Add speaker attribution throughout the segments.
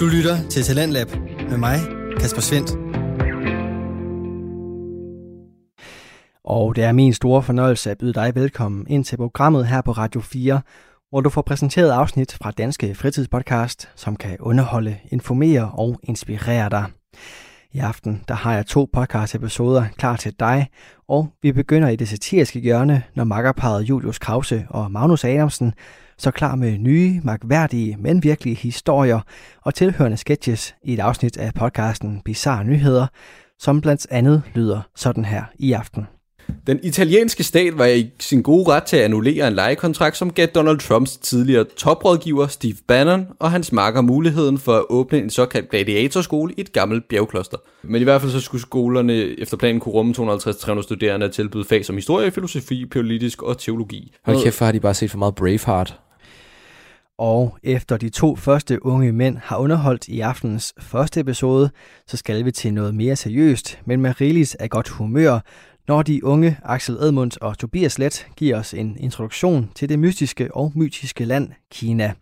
Speaker 1: Du lytter til Talentlab med mig, Kasper Svendt. Og det er min store fornøjelse at byde dig velkommen ind til programmet her på Radio 4, hvor du får præsenteret afsnit fra Danske Fritidspodcast, som kan underholde, informere og inspirere dig. I aften der har jeg to podcast-episoder klar til dig, og vi begynder i det satiriske hjørne, når makkerparet Julius Krause og Magnus Adamsen så klar med nye, magværdige, men virkelige historier og tilhørende sketches i et afsnit af podcasten Bizarre Nyheder, som blandt andet lyder sådan her i aften.
Speaker 2: Den italienske stat var i sin gode ret til at annullere en lejekontrakt, som gav Donald Trumps tidligere toprådgiver Steve Bannon og hans marker muligheden for at åbne en såkaldt gladiatorskole i et gammelt bjergkloster. Men i hvert fald så skulle skolerne efter planen kunne rumme 250-300 studerende og tilbyde fag som historie, filosofi, politisk og teologi.
Speaker 3: Hold kæft, for har de bare set for meget Braveheart.
Speaker 1: Og efter de to første unge mænd har underholdt i aftenens første episode, så skal vi til noget mere seriøst, men med rigeligt af godt humør, når de unge Axel Edmunds og Tobias Let giver os en introduktion til det mystiske og mytiske land Kina.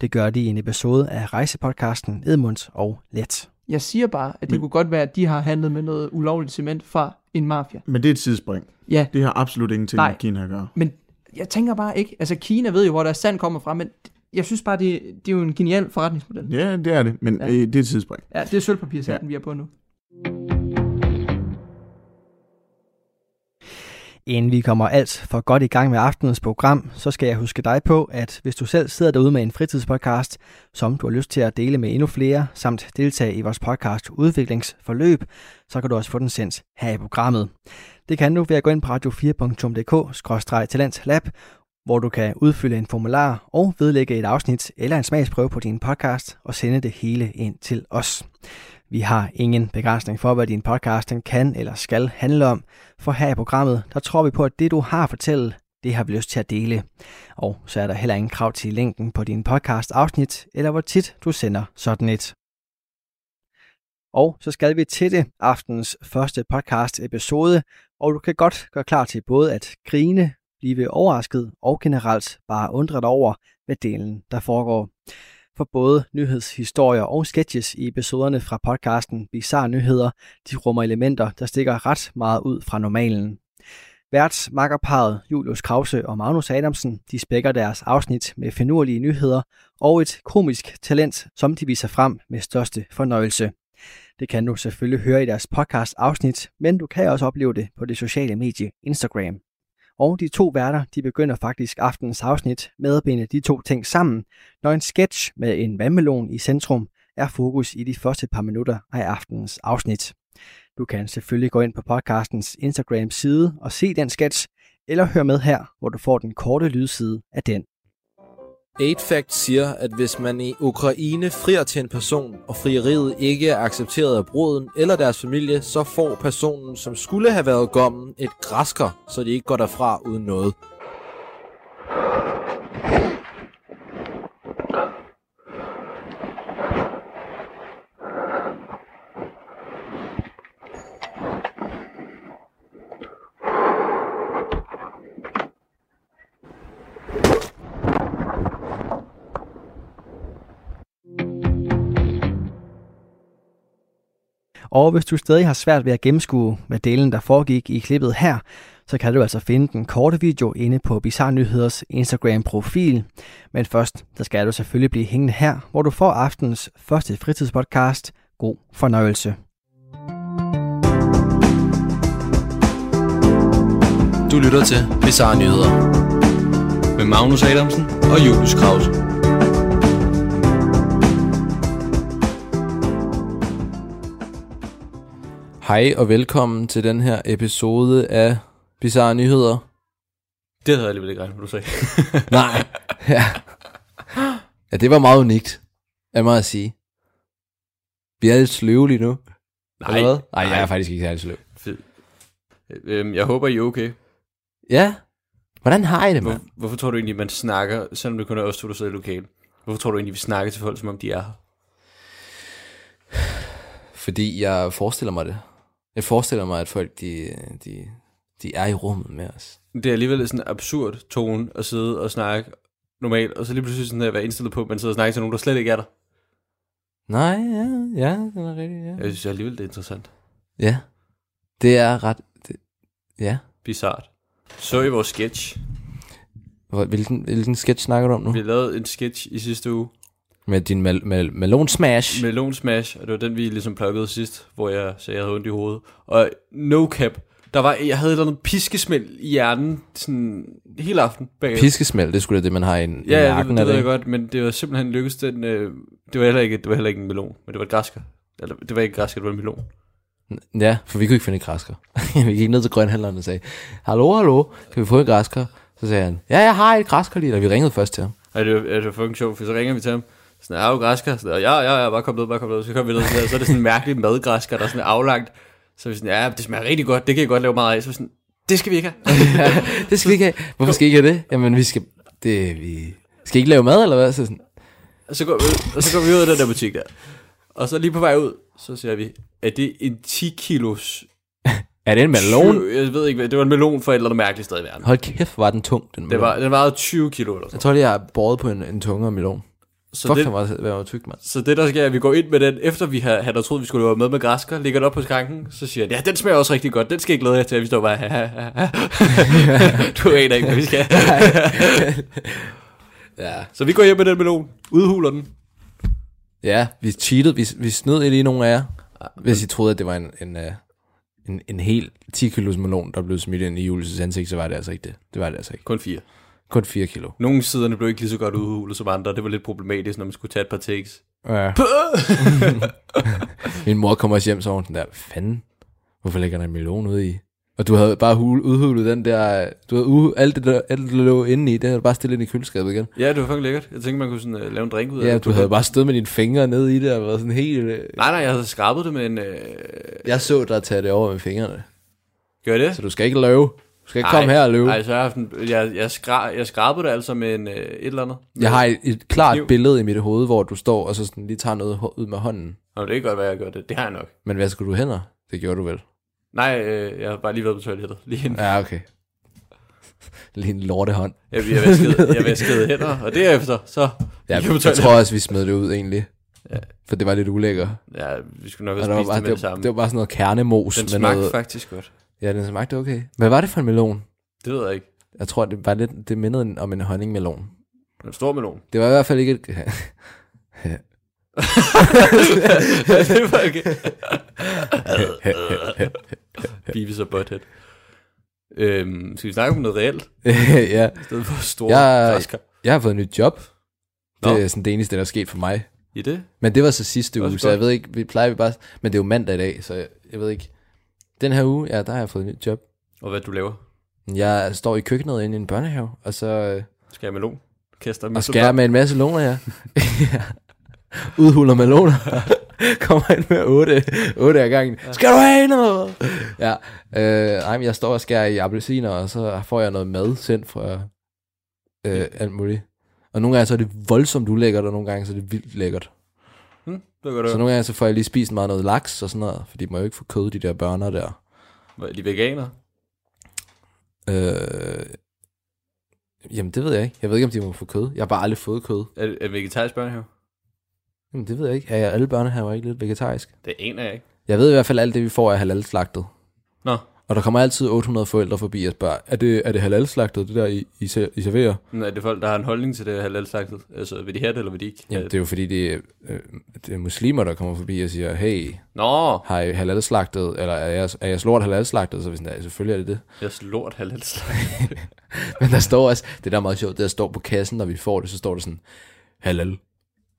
Speaker 1: Det gør de i en episode af rejsepodcasten Edmunds og Let.
Speaker 4: Jeg siger bare, at det
Speaker 5: Men-
Speaker 4: kunne godt være, at de har handlet med noget ulovligt cement fra en mafia.
Speaker 5: Men det er et sidespring.
Speaker 4: Ja,
Speaker 5: Det har absolut ingenting
Speaker 4: Nej.
Speaker 5: med Kina at gøre.
Speaker 4: men jeg tænker bare ikke, altså Kina ved jo, hvor deres sand kommer fra, men jeg synes bare, det, det er jo en genial forretningsmodel.
Speaker 5: Ja, det er det, men
Speaker 4: Ja.
Speaker 5: ja. øh, det er et sidespring.
Speaker 4: Ja, det er sølvpapirsanden, ja. vi er på nu.
Speaker 1: Inden vi kommer alt for godt i gang med aftenens program, så skal jeg huske dig på, at hvis du selv sidder derude med en fritidspodcast, som du har lyst til at dele med endnu flere, samt deltage i vores podcast udviklingsforløb, så kan du også få den sendt her i programmet. Det kan du ved at gå ind på radio4.dk-talentlab, hvor du kan udfylde en formular og vedlægge et afsnit eller en smagsprøve på din podcast og sende det hele ind til os. Vi har ingen begrænsning for, hvad din podcast den kan eller skal handle om, for her i programmet, der tror vi på, at det du har at fortælle, det har vi lyst til at dele. Og så er der heller ingen krav til linken på din podcast afsnit, eller hvor tit du sender sådan et. Og så skal vi til det aftenens første podcast episode, og du kan godt gøre klar til både at grine, blive overrasket og generelt bare undre dig over, hvad delen der foregår. For både nyhedshistorier og sketches i episoderne fra podcasten Bizarre Nyheder de rummer elementer, der stikker ret meget ud fra normalen. Værtsmakkerparet Julius Krause og Magnus Adamsen de spækker deres afsnit med finurlige nyheder og et komisk talent, som de viser frem med største fornøjelse. Det kan du selvfølgelig høre i deres podcast afsnit, men du kan også opleve det på det sociale medie Instagram. Og de to værter de begynder faktisk aftenens afsnit med at binde de to ting sammen, når en sketch med en vandmelon i centrum er fokus i de første par minutter af aftenens afsnit. Du kan selvfølgelig gå ind på podcastens Instagram-side og se den sketch, eller hør med her, hvor du får den korte lydside af den.
Speaker 3: 8Fact siger, at hvis man i Ukraine frier til en person, og frieriet ikke er accepteret af bruden eller deres familie, så får personen, som skulle have været gommen, et græsker, så de ikke går derfra uden noget.
Speaker 1: Og hvis du stadig har svært ved at gennemskue, hvad delen der foregik i klippet her, så kan du altså finde den korte video inde på Bizarre Nyheders Instagram-profil. Men først, der skal du selvfølgelig blive hængende her, hvor du får aftens første fritidspodcast. God fornøjelse.
Speaker 3: Du lytter til Bizarre Nyheder.
Speaker 2: Med Magnus Adamsen og Julius Krause.
Speaker 3: Hej og velkommen til den her episode af Bizarre Nyheder.
Speaker 2: Det havde jeg alligevel ikke regnet, du sagde.
Speaker 3: Nej. Ja. ja, det var meget unikt, er mig at sige. Vi er lidt sløve lige nu.
Speaker 2: Nej,
Speaker 3: Nej, jeg er faktisk ikke særlig sløv.
Speaker 2: Fed. Øhm, jeg håber, I er okay.
Speaker 3: Ja. Hvordan har I det,
Speaker 2: Hvor,
Speaker 3: mand?
Speaker 2: hvorfor tror du egentlig, man snakker, selvom det kun er os to, der sidder i lokalet? Hvorfor tror du egentlig, vi snakker til folk, som om de er her?
Speaker 3: Fordi jeg forestiller mig det. Jeg forestiller mig, at folk, de, de, de er i rummet med os.
Speaker 2: det er alligevel sådan en absurd tone at sidde og snakke normalt, og så lige pludselig sådan at være indstillet på, at man sidder og snakker til nogen, der slet ikke er der.
Speaker 3: Nej, ja, ja, den er rigtig, ja.
Speaker 2: Jeg synes alligevel, det er interessant.
Speaker 3: Ja, det er ret... Det, ja,
Speaker 2: Bizart. Så I vores sketch.
Speaker 3: Hvor- hvilken, hvilken sketch snakker du om nu?
Speaker 2: Vi lavede en sketch i sidste uge,
Speaker 3: Med din mal, mal, melon smash.
Speaker 2: Melon Smash, og det var den, vi ligesom plukkede sidst, hvor jeg sagde, jeg havde ondt i hovedet. Og no cap, der var, jeg havde et eller andet piskesmæld i hjernen, sådan hele aften bagefter.
Speaker 3: Piskesmæld, det skulle da det, man har i en
Speaker 2: Ja,
Speaker 3: i
Speaker 2: ja det,
Speaker 3: nakken,
Speaker 2: det,
Speaker 3: er
Speaker 2: det ved jeg
Speaker 3: ikke?
Speaker 2: godt, men det var simpelthen lykkedes den, øh, det, var heller ikke, det var heller ikke en melon, men det var et græsker. Eller, det var ikke et græsker, det var en melon.
Speaker 3: Ja, for vi kunne ikke finde en græsker. vi gik ned til grønhandleren og sagde, hallo, hallo, kan vi få en græsker? Så sagde han, ja, jeg har et græsker lige, og vi ringede først til ham.
Speaker 2: Og det var, det var fucking sjovt, for så ringer vi til ham, sådan, er du græsker? Sådan, ja, ja, ja, bare kom ned, bare kom ned. Så kom vi ned, sådan, og så er det sådan en mærkelig madgræsker, der er sådan aflangt. Så er vi sådan, ja, det smager rigtig godt, det kan jeg godt lave meget af. Så er vi sådan, det skal vi ikke have.
Speaker 3: det skal vi ikke have. Hvorfor skal I ikke have det? Jamen, vi skal, det, vi skal I ikke lave mad, eller hvad? Så sådan,
Speaker 2: Og så går vi, og så går vi ud af den der butik der. Og så lige på vej ud, så ser vi, at det en 10 kilos...
Speaker 3: er det en melon?
Speaker 2: Tyve- Jeg ved ikke, hvad- det var en melon fra et eller andet mærkeligt sted i verden.
Speaker 3: Hold kæft, var den tung, den melon.
Speaker 2: Det var, den vejede 20 kilo eller sådan
Speaker 3: Jeg tror lige, jeg har båret på en, en tungere melon.
Speaker 2: så
Speaker 3: Så Fuck,
Speaker 2: det,
Speaker 3: det... den var, den var tyk, mand.
Speaker 2: så det der sker, er, at vi går ind med den, efter vi har, han har troet, vi skulle være med med græsker, ligger den op på skranken, så siger han, ja, den smager også rigtig godt, den skal jeg glæde jer til, at vi står bare, du aner ikke, hvad vi skal.
Speaker 3: Ja.
Speaker 2: så vi går hjem med den melon, udhuler den.
Speaker 3: Ja, vi cheatede, vi, vi snød i lige nogle af jer, hvis I troede, at det var en, en, øh, en, en helt 10 kilos melon, der blev smidt ind i Julius' ansigt, så var det altså ikke det. Det var det altså ikke.
Speaker 2: Kun fire.
Speaker 3: Kun 4 kilo.
Speaker 2: Nogle siderne blev ikke lige så godt udhulet som andre, det var lidt problematisk, når man skulle tage et par takes.
Speaker 3: Ja. Min mor kommer også hjem, så var hun sådan der, "Hvad fanden, hvorfor lægger der en melon ude i? Og du havde bare hul, udhulet den der, øh, du havde uhu, alt, det der, alt det, der lå inde i, det havde du bare stillet ind i køleskabet igen.
Speaker 2: Ja, det var fucking lækkert. Jeg tænkte, man kunne sådan, uh, lave en drink ud af
Speaker 3: Ja,
Speaker 2: det.
Speaker 3: du havde bare stået med dine fingre ned i det og været sådan helt... øh,
Speaker 2: Nej, nej, jeg havde skrabet det med en... Øh...
Speaker 3: Jeg så dig tage det over med fingrene.
Speaker 2: Gør det?
Speaker 3: Så du skal ikke løbe. Du skal ikke komme her og løbe.
Speaker 2: Nej, så har jeg, haft en, jeg, jeg, skra, jeg skrabede det altså med en, øh, et eller andet.
Speaker 3: Jeg har et, et klart
Speaker 2: Kniv.
Speaker 3: billede i mit hoved, hvor du står og så sådan lige tager noget hå- ud med hånden.
Speaker 2: Nå, det kan godt være, jeg gør det. Det har jeg nok.
Speaker 3: Men hvad skulle du hænder? Det gjorde du vel?
Speaker 2: Nej, øh, jeg har bare lige været på toilettet. Lige inden.
Speaker 3: Ja, okay. Lige en lortehånd.
Speaker 2: Jeg, jeg, vaskede, jeg vaskede hænder, og derefter, så...
Speaker 3: Ja,
Speaker 2: Jeg
Speaker 3: jeg, jeg
Speaker 2: fortæller-
Speaker 3: tror også, vi smed det ud egentlig. For det var lidt ulækker.
Speaker 2: Ja, vi skulle nok
Speaker 3: Og
Speaker 2: også
Speaker 3: der var
Speaker 2: spise
Speaker 3: bare,
Speaker 2: det med
Speaker 3: det,
Speaker 2: det
Speaker 3: var,
Speaker 2: samme.
Speaker 3: det var bare sådan noget kernemos.
Speaker 2: Den
Speaker 3: med
Speaker 2: smagte
Speaker 3: noget,
Speaker 2: faktisk godt.
Speaker 3: Ja, den smagte okay. Hvad var det for en melon?
Speaker 2: Det ved jeg ikke.
Speaker 3: Jeg tror, det var lidt, det mindede en- om en honningmelon.
Speaker 2: En stor melon.
Speaker 3: Det var i hvert fald ikke et...
Speaker 2: det var ikke... Beavis og Butthead. Øhm, skal vi snakke om noget reelt?
Speaker 3: ja,
Speaker 2: I stedet for store
Speaker 3: Jeg-
Speaker 2: flasker.
Speaker 3: jeg har fået et nyt job.
Speaker 2: Nå.
Speaker 3: Det er sådan det eneste, der er sket for mig.
Speaker 2: I det?
Speaker 3: Men det var så sidste
Speaker 2: Også
Speaker 3: uge, så
Speaker 2: godt.
Speaker 3: jeg ved ikke, vi plejer vi bare... Men det er jo mandag i dag, så jeg, jeg ved ikke... Den her uge, ja, der har jeg fået et nyt job.
Speaker 2: Og hvad du laver?
Speaker 3: Jeg står i køkkenet inde i en børnehave, og så øh,
Speaker 2: Skal jeg melon? Kaster
Speaker 3: og skærer med en masse loner, ja. ja. Udhuler meloner. Kommer ind med otte, otte af gangen. Skal du have noget? Ja, øh, ej, men jeg står og skærer i appelsiner, og så får jeg noget mad sendt fra øh, alt muligt. Og nogle gange så er det voldsomt ulækkert, og nogle gange så er det vildt lækkert.
Speaker 2: Hm, det gør du.
Speaker 3: Så nogle gange så får jeg lige spist meget noget laks og sådan noget, for de må jo ikke få kød, de der børner der.
Speaker 2: Hvad, er de veganer?
Speaker 3: Øh, jamen det ved jeg ikke. Jeg ved ikke, om de må få kød. Jeg har bare aldrig fået kød.
Speaker 2: Er, er vegetarisk børnehave?
Speaker 3: Jamen det ved jeg ikke. Er jeg, alle børnehaver ikke lidt vegetarisk?
Speaker 2: Det aner jeg ikke.
Speaker 3: Jeg ved i hvert fald, at alt det, vi får, er halalslagtet.
Speaker 2: Nå,
Speaker 3: Og der kommer altid 800 forældre forbi og spørger, er det, er det halalslagtet, det der, I, I, ser- I serverer?
Speaker 2: men er det folk, der har en holdning til det halalslagtet? Altså, vil de have det, eller vil de ikke?
Speaker 3: Jamen,
Speaker 2: have
Speaker 3: det er jo fordi, det er, øh, det er muslimer, der kommer forbi og siger, hey,
Speaker 2: Nå,
Speaker 3: har I halalslagtet, eller er jeres, er jeres lort halalslagtet? Så er vi sådan, ja, selvfølgelig er det det.
Speaker 2: jeg er lort halalslagtet.
Speaker 3: Men der står også, det der er meget sjovt, det der står på kassen, når vi får det, så står der sådan, halal.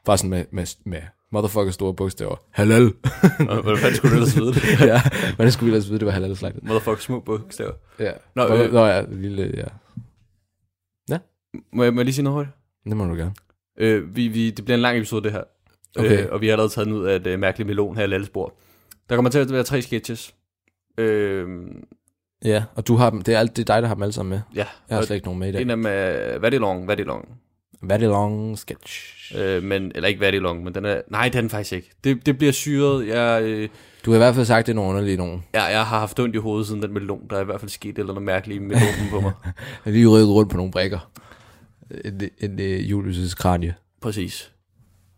Speaker 3: Bare sådan med, med, med motherfucker store bogstaver. Halal.
Speaker 2: Nå, Hvordan fanden skulle du ellers vide det?
Speaker 3: ja, men det skulle vi ellers vide, det var halal slagtet.
Speaker 2: Motherfuck, små bogstaver.
Speaker 3: Ja.
Speaker 2: Nå,
Speaker 3: Nå,
Speaker 2: øh.
Speaker 3: øh. Nå, ja, lille, ja.
Speaker 2: Må jeg, må jeg lige sige noget hurtigt?
Speaker 3: Det må du gerne.
Speaker 2: Øh, vi, vi, det bliver en lang episode, det her.
Speaker 3: Okay.
Speaker 2: Øh, og vi har allerede taget den ud af et øh, mærkeligt melon her i Lallesborg. Der kommer til at være tre sketches. Øh,
Speaker 3: Ja, og du har dem, det er, alt, det er dig, der har dem alle sammen med.
Speaker 2: ja,
Speaker 3: Jeg har
Speaker 2: og
Speaker 3: slet ikke nogen med i dag.
Speaker 2: en af dem er, hvad er det long, hvad er det long?
Speaker 3: Hvad er det long sketch?
Speaker 2: Øh, men, eller ikke hvad er det long, men den er, nej, det er den faktisk ikke. Det, det bliver syret. Jeg, øh,
Speaker 3: Du har i hvert fald sagt, det er nogle underlige nogen.
Speaker 2: jeg, jeg har haft ondt i hovedet siden den melon. Der er i hvert fald sket et eller noget mærkeligt i melonen på mig.
Speaker 3: Jeg har lige rykket rundt på nogle brækker. En, en, en uh, Julius' kranje.
Speaker 2: Præcis.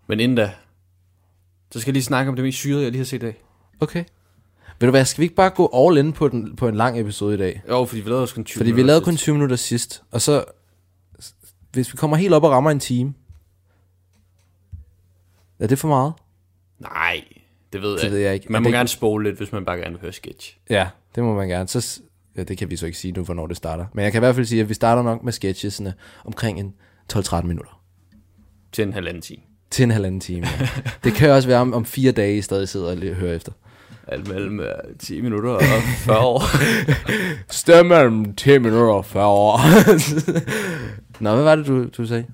Speaker 2: Men inden da, Så skal jeg lige snakke om det mest syrede, jeg lige har set i dag.
Speaker 3: Okay. Ved du hvad, skal vi ikke bare gå all in på, den, på en lang episode i dag?
Speaker 2: Jo, fordi vi lavede også kun 20
Speaker 3: Fordi vi
Speaker 2: minutter
Speaker 3: lavede kun
Speaker 2: sidst.
Speaker 3: 20 minutter sidst, og så... Hvis vi kommer helt op og rammer en time... Er det for meget?
Speaker 2: Nej, det ved,
Speaker 3: Det ved jeg ikke.
Speaker 2: Man
Speaker 3: Men
Speaker 2: må
Speaker 3: det-
Speaker 2: gerne spole lidt, hvis man bare gerne vil høre sketch.
Speaker 3: Ja, det må man gerne. Så, s- ja, det kan vi så ikke sige nu, hvornår det starter. Men jeg kan i hvert fald sige, at vi starter nok med sketchesene omkring en 12-13 minutter.
Speaker 2: Til en halvanden time.
Speaker 3: Til en halvanden time. Ja. det kan også være, om, om fire dage I stadig sidder og lige hører efter.
Speaker 2: Alt mellem øh, 10 minutter og 40 år.
Speaker 3: Stemme om 10 minutter og 40 år. Nå, hvad var det, du, du sagde?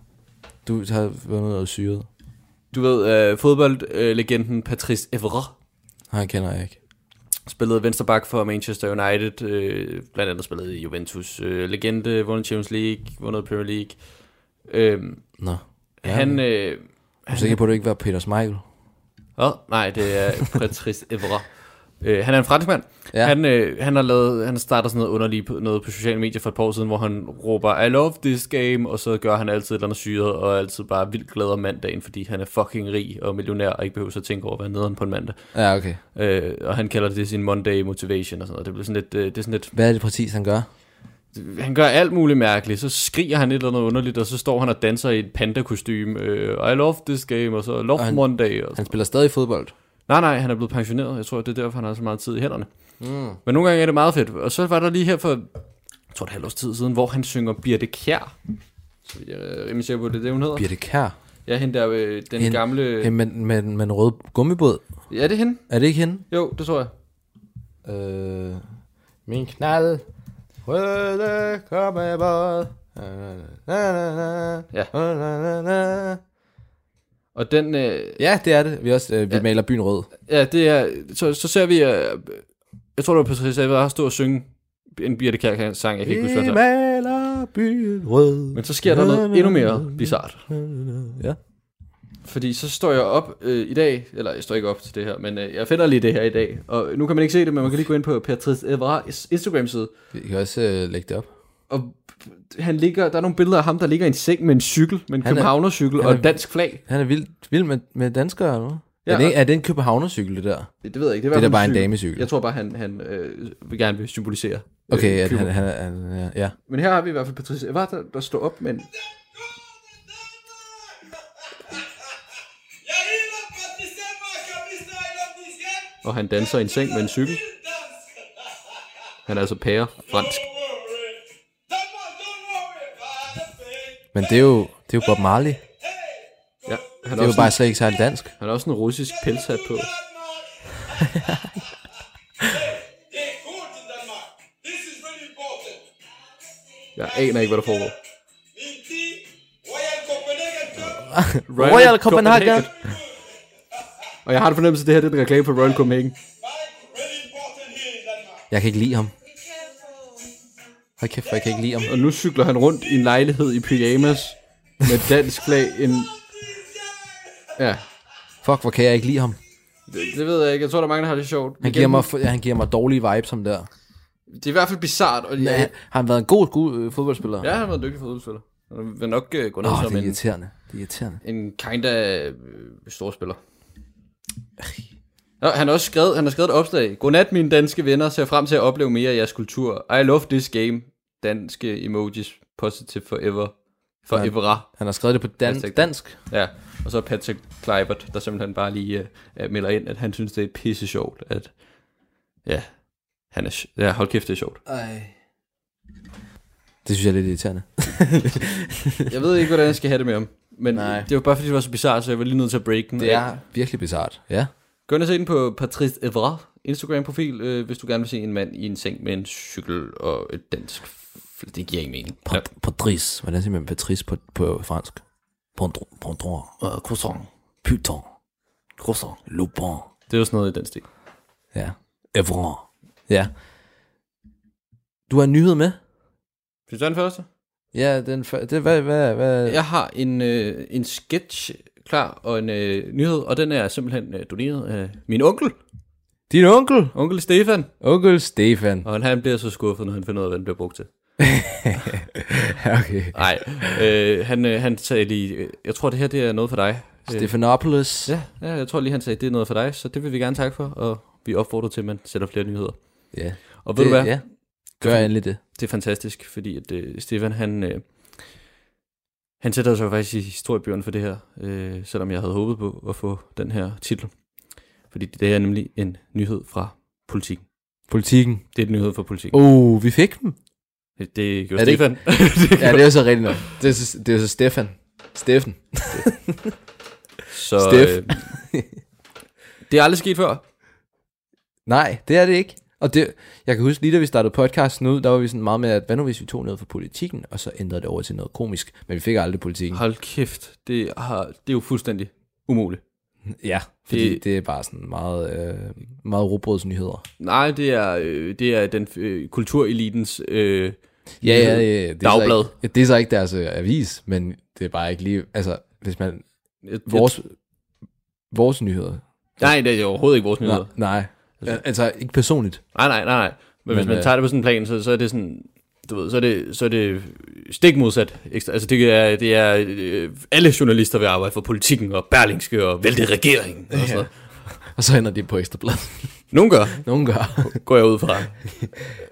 Speaker 3: Du har været noget syret.
Speaker 2: Du ved, øh, fodboldlegenden Patrice Evra
Speaker 3: Han kender jeg ikke.
Speaker 2: spillede vensterback for Manchester United, øh, blandt andet spillede i Juventus. Øh, legende, vundet Champions League, vundet Premier League. Øh,
Speaker 3: Nå.
Speaker 2: ja, han... Øh,
Speaker 3: Jeg er sikker på, at det ikke var Peter Smeichel.
Speaker 2: oh, nej, det er Patrice Evra. Øh, han er en franskmand. Ja.
Speaker 3: Ja.
Speaker 2: Han, øh, han har lavet, han starter sådan noget underligt på, noget på sociale medier for et par år siden, hvor han råber, I love this game, og så gør han altid et eller andet syret, og er altid bare vildt glad om mandagen, fordi han er fucking rig og millionær, og ikke behøver at tænke over, hvad han nederen på en mandag.
Speaker 3: Ja, okay.
Speaker 2: Øh, og han kalder det sin Monday motivation og sådan noget. Det, bliver sådan lidt, øh, det er sådan lidt
Speaker 3: Hvad er det præcis, han gør?
Speaker 2: han gør alt muligt mærkeligt, så skriger han et eller andet underligt, og så står han og danser i et panda-kostyme, øh, I love this game, og så love
Speaker 3: Og
Speaker 2: han,
Speaker 3: han-
Speaker 2: Monday. Og
Speaker 3: Han spiller stadig fodbold.
Speaker 2: Nej, nej, han er blevet pensioneret. Jeg tror, det er derfor, han har så meget tid i hænderne. Mm. Men nogle gange er det meget fedt. Og så var der lige her for, jeg tror, det er et halvt års tid siden, hvor han synger Birte Kjær. Så jeg er rimelig sikker på, det er det, hun hedder.
Speaker 3: Birte Kær.
Speaker 2: Ja, hende der, øh, den
Speaker 3: Hende-
Speaker 2: gamle...
Speaker 3: Øh, men, men, men rød gummibåd.
Speaker 2: Ja, det er hende.
Speaker 3: Er det ikke hende?
Speaker 2: Jo, det tror jeg.
Speaker 3: Øh, min knald. Røde gummibåd.
Speaker 2: Ja.
Speaker 3: Ja.
Speaker 2: Og den... Øh,
Speaker 3: ja, det er det. Vi, også, øh, vi
Speaker 2: Ja.
Speaker 3: ja. maler byen rød.
Speaker 2: ja, det er... Så, så ser vi... Øh, jeg tror, det var Patrice Evra, der stod og synge en Birte Kjær-sang. Jeg kan ikke huske, hvad det er.
Speaker 3: maler byen rød.
Speaker 2: Men så sker der noget endnu mere bizart.
Speaker 3: Ja.
Speaker 2: Fordi så står jeg op øh, i dag, eller jeg står ikke op til det her, men øh, jeg finder lige det her i dag. Og nu kan man ikke se det, men man kan lige gå ind på Patrice Evra's Instagram-side.
Speaker 3: Vi kan også øh, lægge det op.
Speaker 2: Og han ligger, der er nogle billeder af ham, der ligger i en seng med en cykel, med en
Speaker 3: Han er-
Speaker 2: københavnercykel
Speaker 3: han
Speaker 2: og
Speaker 3: er-
Speaker 2: et dansk flag.
Speaker 3: Han er vild, vild med, med danskere, eller hvad?
Speaker 2: Ja,
Speaker 3: Ja, er, det, ikke- er det en københavnercykel, det der?
Speaker 2: Det, det ved jeg ikke.
Speaker 3: Det er
Speaker 2: i hvert
Speaker 3: da
Speaker 2: fald
Speaker 3: bare en
Speaker 2: cykel.
Speaker 3: damecykel.
Speaker 2: Jeg tror bare, han, han øh, vil gerne vil symbolisere. øh,
Speaker 3: Okay, at
Speaker 2: klubben.
Speaker 3: han, han, han, han, ja.
Speaker 2: Men her har vi i hvert fald Patrice Evra, der, der står op med en... Og han danser i en seng med en cykel. Han er altså pære, fransk.
Speaker 3: Men det er jo, det er jo Bob Marley.
Speaker 2: Ja, han
Speaker 3: Det er jo bare slet ikke særlig dansk.
Speaker 2: Han har også en russisk pelshat på. Jeg aner ikke, hvad der foregår.
Speaker 3: Royal Copenhagen.
Speaker 2: Og jeg har det fornemmelse, at det her det er en reklame for Royal Copenhagen.
Speaker 3: Jeg kan ikke lide ham. Hold kæft, hvor jeg kan ikke lide ham.
Speaker 2: Og nu cykler han rundt i en lejlighed i pyjamas med et dansk flag. En... Ja,
Speaker 3: Fuck, hvor kan jeg ikke lide ham.
Speaker 2: det, det, ved jeg ikke. Jeg tror, der er mange, der har det sjovt.
Speaker 3: Han
Speaker 2: Igen,
Speaker 3: giver mig, han giver mig dårlige vibes som der.
Speaker 2: Det er i hvert fald bizart. Og
Speaker 3: Ja.
Speaker 2: ja,
Speaker 3: Har han været en god, god øh, fodboldspiller?
Speaker 2: ja, han har været en dygtig fodboldspiller. Han vil nok øh, gå ned
Speaker 3: Åh, oh,
Speaker 2: som
Speaker 3: det er
Speaker 2: en,
Speaker 3: irriterende. Det er irriterende.
Speaker 2: en kinda øh, storspiller. Nå, han har også skrevet, han har skrevet et opslag. Godnat, mine danske venner. Ser frem til at opleve mere af jeres kultur. I love this game. Danske emojis. Positive forever. Forever.
Speaker 3: Han har skrevet det på dan-
Speaker 2: Hashtag.
Speaker 3: dansk.
Speaker 2: Ja, og så Patrick Kleibert, der simpelthen bare lige øh, øh, melder ind, at han synes, det er pisse sjovt, at ja, han er, sj- ja, hold kæft, det er sjovt.
Speaker 3: Ej. Det synes jeg er lidt irriterende.
Speaker 2: Jeg ved ikke, hvordan jeg skal have det med ham, men
Speaker 3: Nej.
Speaker 2: det var bare, fordi det var så bizarrt, så jeg var lige nødt til at break den.
Speaker 3: Det er virkelig bizart. Ja.
Speaker 2: Gå ind og se den på Patrice Evra Instagram-profil, øh, hvis du gerne vil se en mand i en seng med en cykel og et dansk... fl- Det giver ikke mening. Ja.
Speaker 3: Pat- Patrice. Hvordan siger man Patrice på, på fransk? Pondron. Pondron.
Speaker 2: Uh, croissant.
Speaker 3: Øh, Putain. Croissant. Lupin.
Speaker 2: Det er jo sådan noget i den stil.
Speaker 3: Ja. Evron. Ja. Du har en nyhed med?
Speaker 2: Synes du, den første?
Speaker 3: Ja, den før- det, hvad, hvad, hvad?
Speaker 2: Jeg har en, øh, en sketch klar og en øh, nyhed, og den er simpelthen øh, doneret af min onkel.
Speaker 3: Din onkel?
Speaker 2: Onkel Stefan.
Speaker 3: Onkel Stefan.
Speaker 2: Og han, han bliver så skuffet, når han finder ud af, hvad den bliver brugt til.
Speaker 3: okay.
Speaker 2: øh, Nej, øh, han, øh, han sagde lige, øh, jeg tror, det her det er noget for dig.
Speaker 3: Stephanopoulos.
Speaker 2: Ja, ja, jeg tror lige, han sagde, det er noget for dig, så det vil vi gerne takke for, og vi opfordrer til, at man sætter flere nyheder.
Speaker 3: ja.
Speaker 2: Og ved
Speaker 3: Det,
Speaker 2: det, du hvad?
Speaker 3: ja. Gør endelig det.
Speaker 2: Det er fantastisk, fordi at, øh, Stefan, han, øh, han sætter sig jo faktisk i historiebøgerne for det her, øh, selvom jeg havde håbet på at få den her titel. Fordi det er nemlig en nyhed fra politik.
Speaker 3: Politikken.
Speaker 2: Det er en nyhed fra politik. Oh.
Speaker 3: Uh, vi fik dem.
Speaker 2: Det gjorde
Speaker 3: Er det ikke-
Speaker 2: Stefan. det
Speaker 3: Ja, det er jo så rigtigt nok. Det er så, det er jo så Stefan. Steffen.
Speaker 2: Så
Speaker 3: Steff.
Speaker 2: øh, det er aldrig sket før.
Speaker 3: Nej, det er det ikke. Og det, jeg kan huske lige da vi startede podcasten ud, der var vi sådan meget med, at hvad nu hvis vi tog noget for politikken, og så ændrede det over til noget komisk, men vi fik aldrig politikken.
Speaker 2: Hold kæft, det, har, det er jo fuldstændig umuligt.
Speaker 3: Ja, fordi det,
Speaker 2: Det-
Speaker 3: det er bare sådan meget, øh, meget robrødsnyheder.
Speaker 2: Nej, det er, øh, det er den øh, kulturelitens... Øh,
Speaker 3: Ja, ja,
Speaker 2: nyhed.
Speaker 3: ja. Det er så
Speaker 2: Dagblad.
Speaker 3: Ikke, ja, det er så ikke deres øh, avis, men det er bare ikke lige... Altså, hvis man...
Speaker 2: Jeg- jeg-
Speaker 3: Vores, vores nyheder.
Speaker 2: Nej, det er overhovedet ikke vores nyheder.
Speaker 3: Nej, nej. Ja, Altså, ikke personligt.
Speaker 2: Nej, nej, nej, nej. Men, Men hvis
Speaker 3: Men,
Speaker 2: man
Speaker 3: øh,
Speaker 2: tager det på sådan en plan, så, så er det sådan, du ved, så er det, så er det stik modsat. Ekstra- Altså det er, det er øh, alle journalister vil arbejde for politikken og Berlingske og vælte regeringen og sådan noget.
Speaker 3: Og så ender det på ekstrabladet.
Speaker 2: Nogen gør,
Speaker 3: Nogen gør.
Speaker 2: går jeg ud fra.
Speaker 3: Det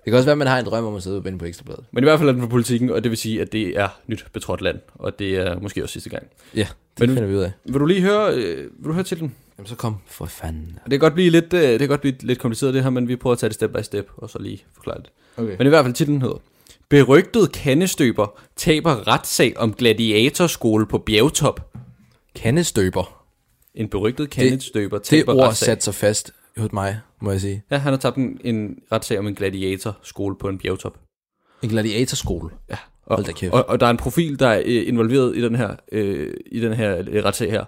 Speaker 3: kan også være, at man har en drøm om at sidde og vende på ekstrabladet.
Speaker 2: Men i hvert fald er den for politikken, og det vil sige, at det er nyt betrådt land. Og det er måske også sidste gang.
Speaker 3: Ja, det
Speaker 2: Men-
Speaker 3: men, finder vi ud af.
Speaker 2: Vil du lige høre, øh, vil du høre titlen?
Speaker 3: Jamen, så kom for fanden.
Speaker 2: Det kan godt blive lidt, øh, det kan godt blive lidt kompliceret det her, men vi prøver at tage det step by step, og så lige forklare det.
Speaker 3: Okay.
Speaker 2: Men i hvert fald titlen hedder Berygtet kandestøber taber retssag om gladiatorskole på bjergtop.
Speaker 3: Kandestøber.
Speaker 2: En berygtet kandestøber
Speaker 3: Det
Speaker 2: taber
Speaker 3: ord
Speaker 2: retssag.
Speaker 3: satte sig fast hos mig, må jeg sige.
Speaker 2: Ja, han har tabt en, en retssag om en gladiatorskole på en bjergtop.
Speaker 3: En gladiatorskole. Ja.
Speaker 2: Og,
Speaker 3: Hold da kæft.
Speaker 2: Og, og der er en profil, der er øh, involveret i den her, øh, i den her øh, retssag her.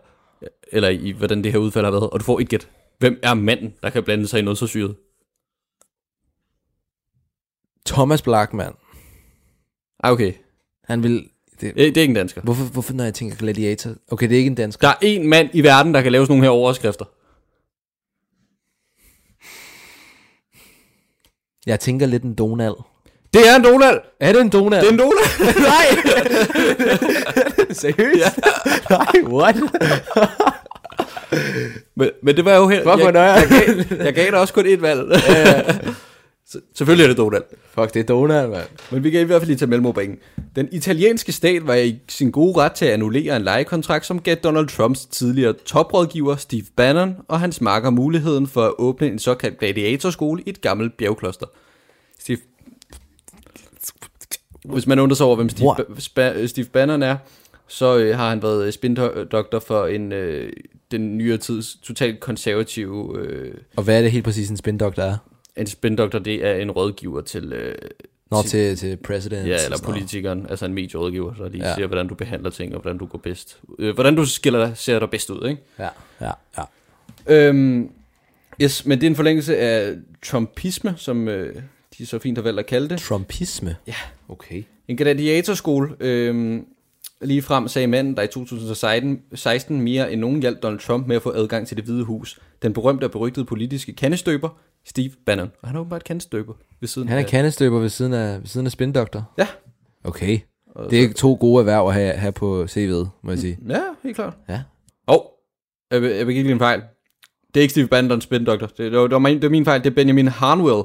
Speaker 2: Eller i, hvordan det her udfald har været. Og du får et gæt. Hvem er manden, der kan blande sig i noget så syret?
Speaker 3: Thomas Blackman.
Speaker 2: Ah, okay.
Speaker 3: Han vil... Det,
Speaker 2: Øh, Det er ikke en dansker.
Speaker 3: hvorfor, hvorfor, når jeg tænker gladiator? Okay, det er ikke en dansk.
Speaker 2: Der er en mand i verden, der kan lave sådan nogle her overskrifter.
Speaker 3: Jeg tænker lidt en Donald.
Speaker 2: Det er en Donald!
Speaker 3: Er det en Donald?
Speaker 2: Det er en Donald!
Speaker 3: Nej! Seriøst? Ja. Nej, what?
Speaker 2: Men, men det var jo her.
Speaker 3: Hvorfor
Speaker 2: jeg,
Speaker 3: nøjer?
Speaker 2: jeg, gav, jeg gav dig også kun et valg. Så- Selvfølgelig er det Donald.
Speaker 3: Fuck, det er Donald, mand.
Speaker 2: Men vi kan i hvert fald lige tage Mellemorbanen. Den italienske stat var i sin gode ret til at annullere en lejekontrakt, som gav Donald Trumps tidligere toprådgiver Steve Bannon og hans makker muligheden for at åbne en såkaldt gladiatorskole i et gammelt bjergkloster. Steve... Hvis man undrer sig over, hvem Steve,
Speaker 3: What?
Speaker 2: ba- Spa- øh, Steve Bannon er, så øh, har han været øh, spindoktor for en, øh, den nyere tids totalt konservative... Øh,
Speaker 3: Og hvad er det helt præcis en spindoktor er?
Speaker 2: en spindoktor, det er en rådgiver til... Øh,
Speaker 3: Nå, til, til
Speaker 2: Ja,
Speaker 3: president.
Speaker 2: eller
Speaker 3: og sådan noget.
Speaker 2: politikeren, altså en medierådgiver, der lige
Speaker 3: Ja.
Speaker 2: ja. siger, hvordan du behandler ting, og hvordan du går bedst. Øh, hvordan du skiller dig, ser dig bedst ud, ikke?
Speaker 3: Ja, ja, ja.
Speaker 2: Øhm, yes, men det er en forlængelse af trumpisme, som øh, de så fint har valgt at kalde det.
Speaker 3: Trumpisme? Ja. Okay.
Speaker 2: En gladiatorskole, øhm, lige frem sagde manden, der i 2016 mere end nogen hjalp Donald Trump med at få adgang til det hvide hus. Den berømte og berygtede politiske kandestøber, Steve Bannon. Og han er åbenbart kandestøber ved siden
Speaker 3: Han er
Speaker 2: af...
Speaker 3: kandestøber ved siden af, ved siden af spindoktor.
Speaker 2: Ja.
Speaker 3: Okay. Det er to gode erhverv at have, have på CV'et, må jeg sige.
Speaker 2: Ja, helt klart.
Speaker 3: Ja.
Speaker 2: Åh, oh, jeg, be- jeg begik lige en fejl. Det er ikke Steve Bannon, der er en spindoktor. Det, det, var, det, var min, det var min fejl. Det er Benjamin Harnwell.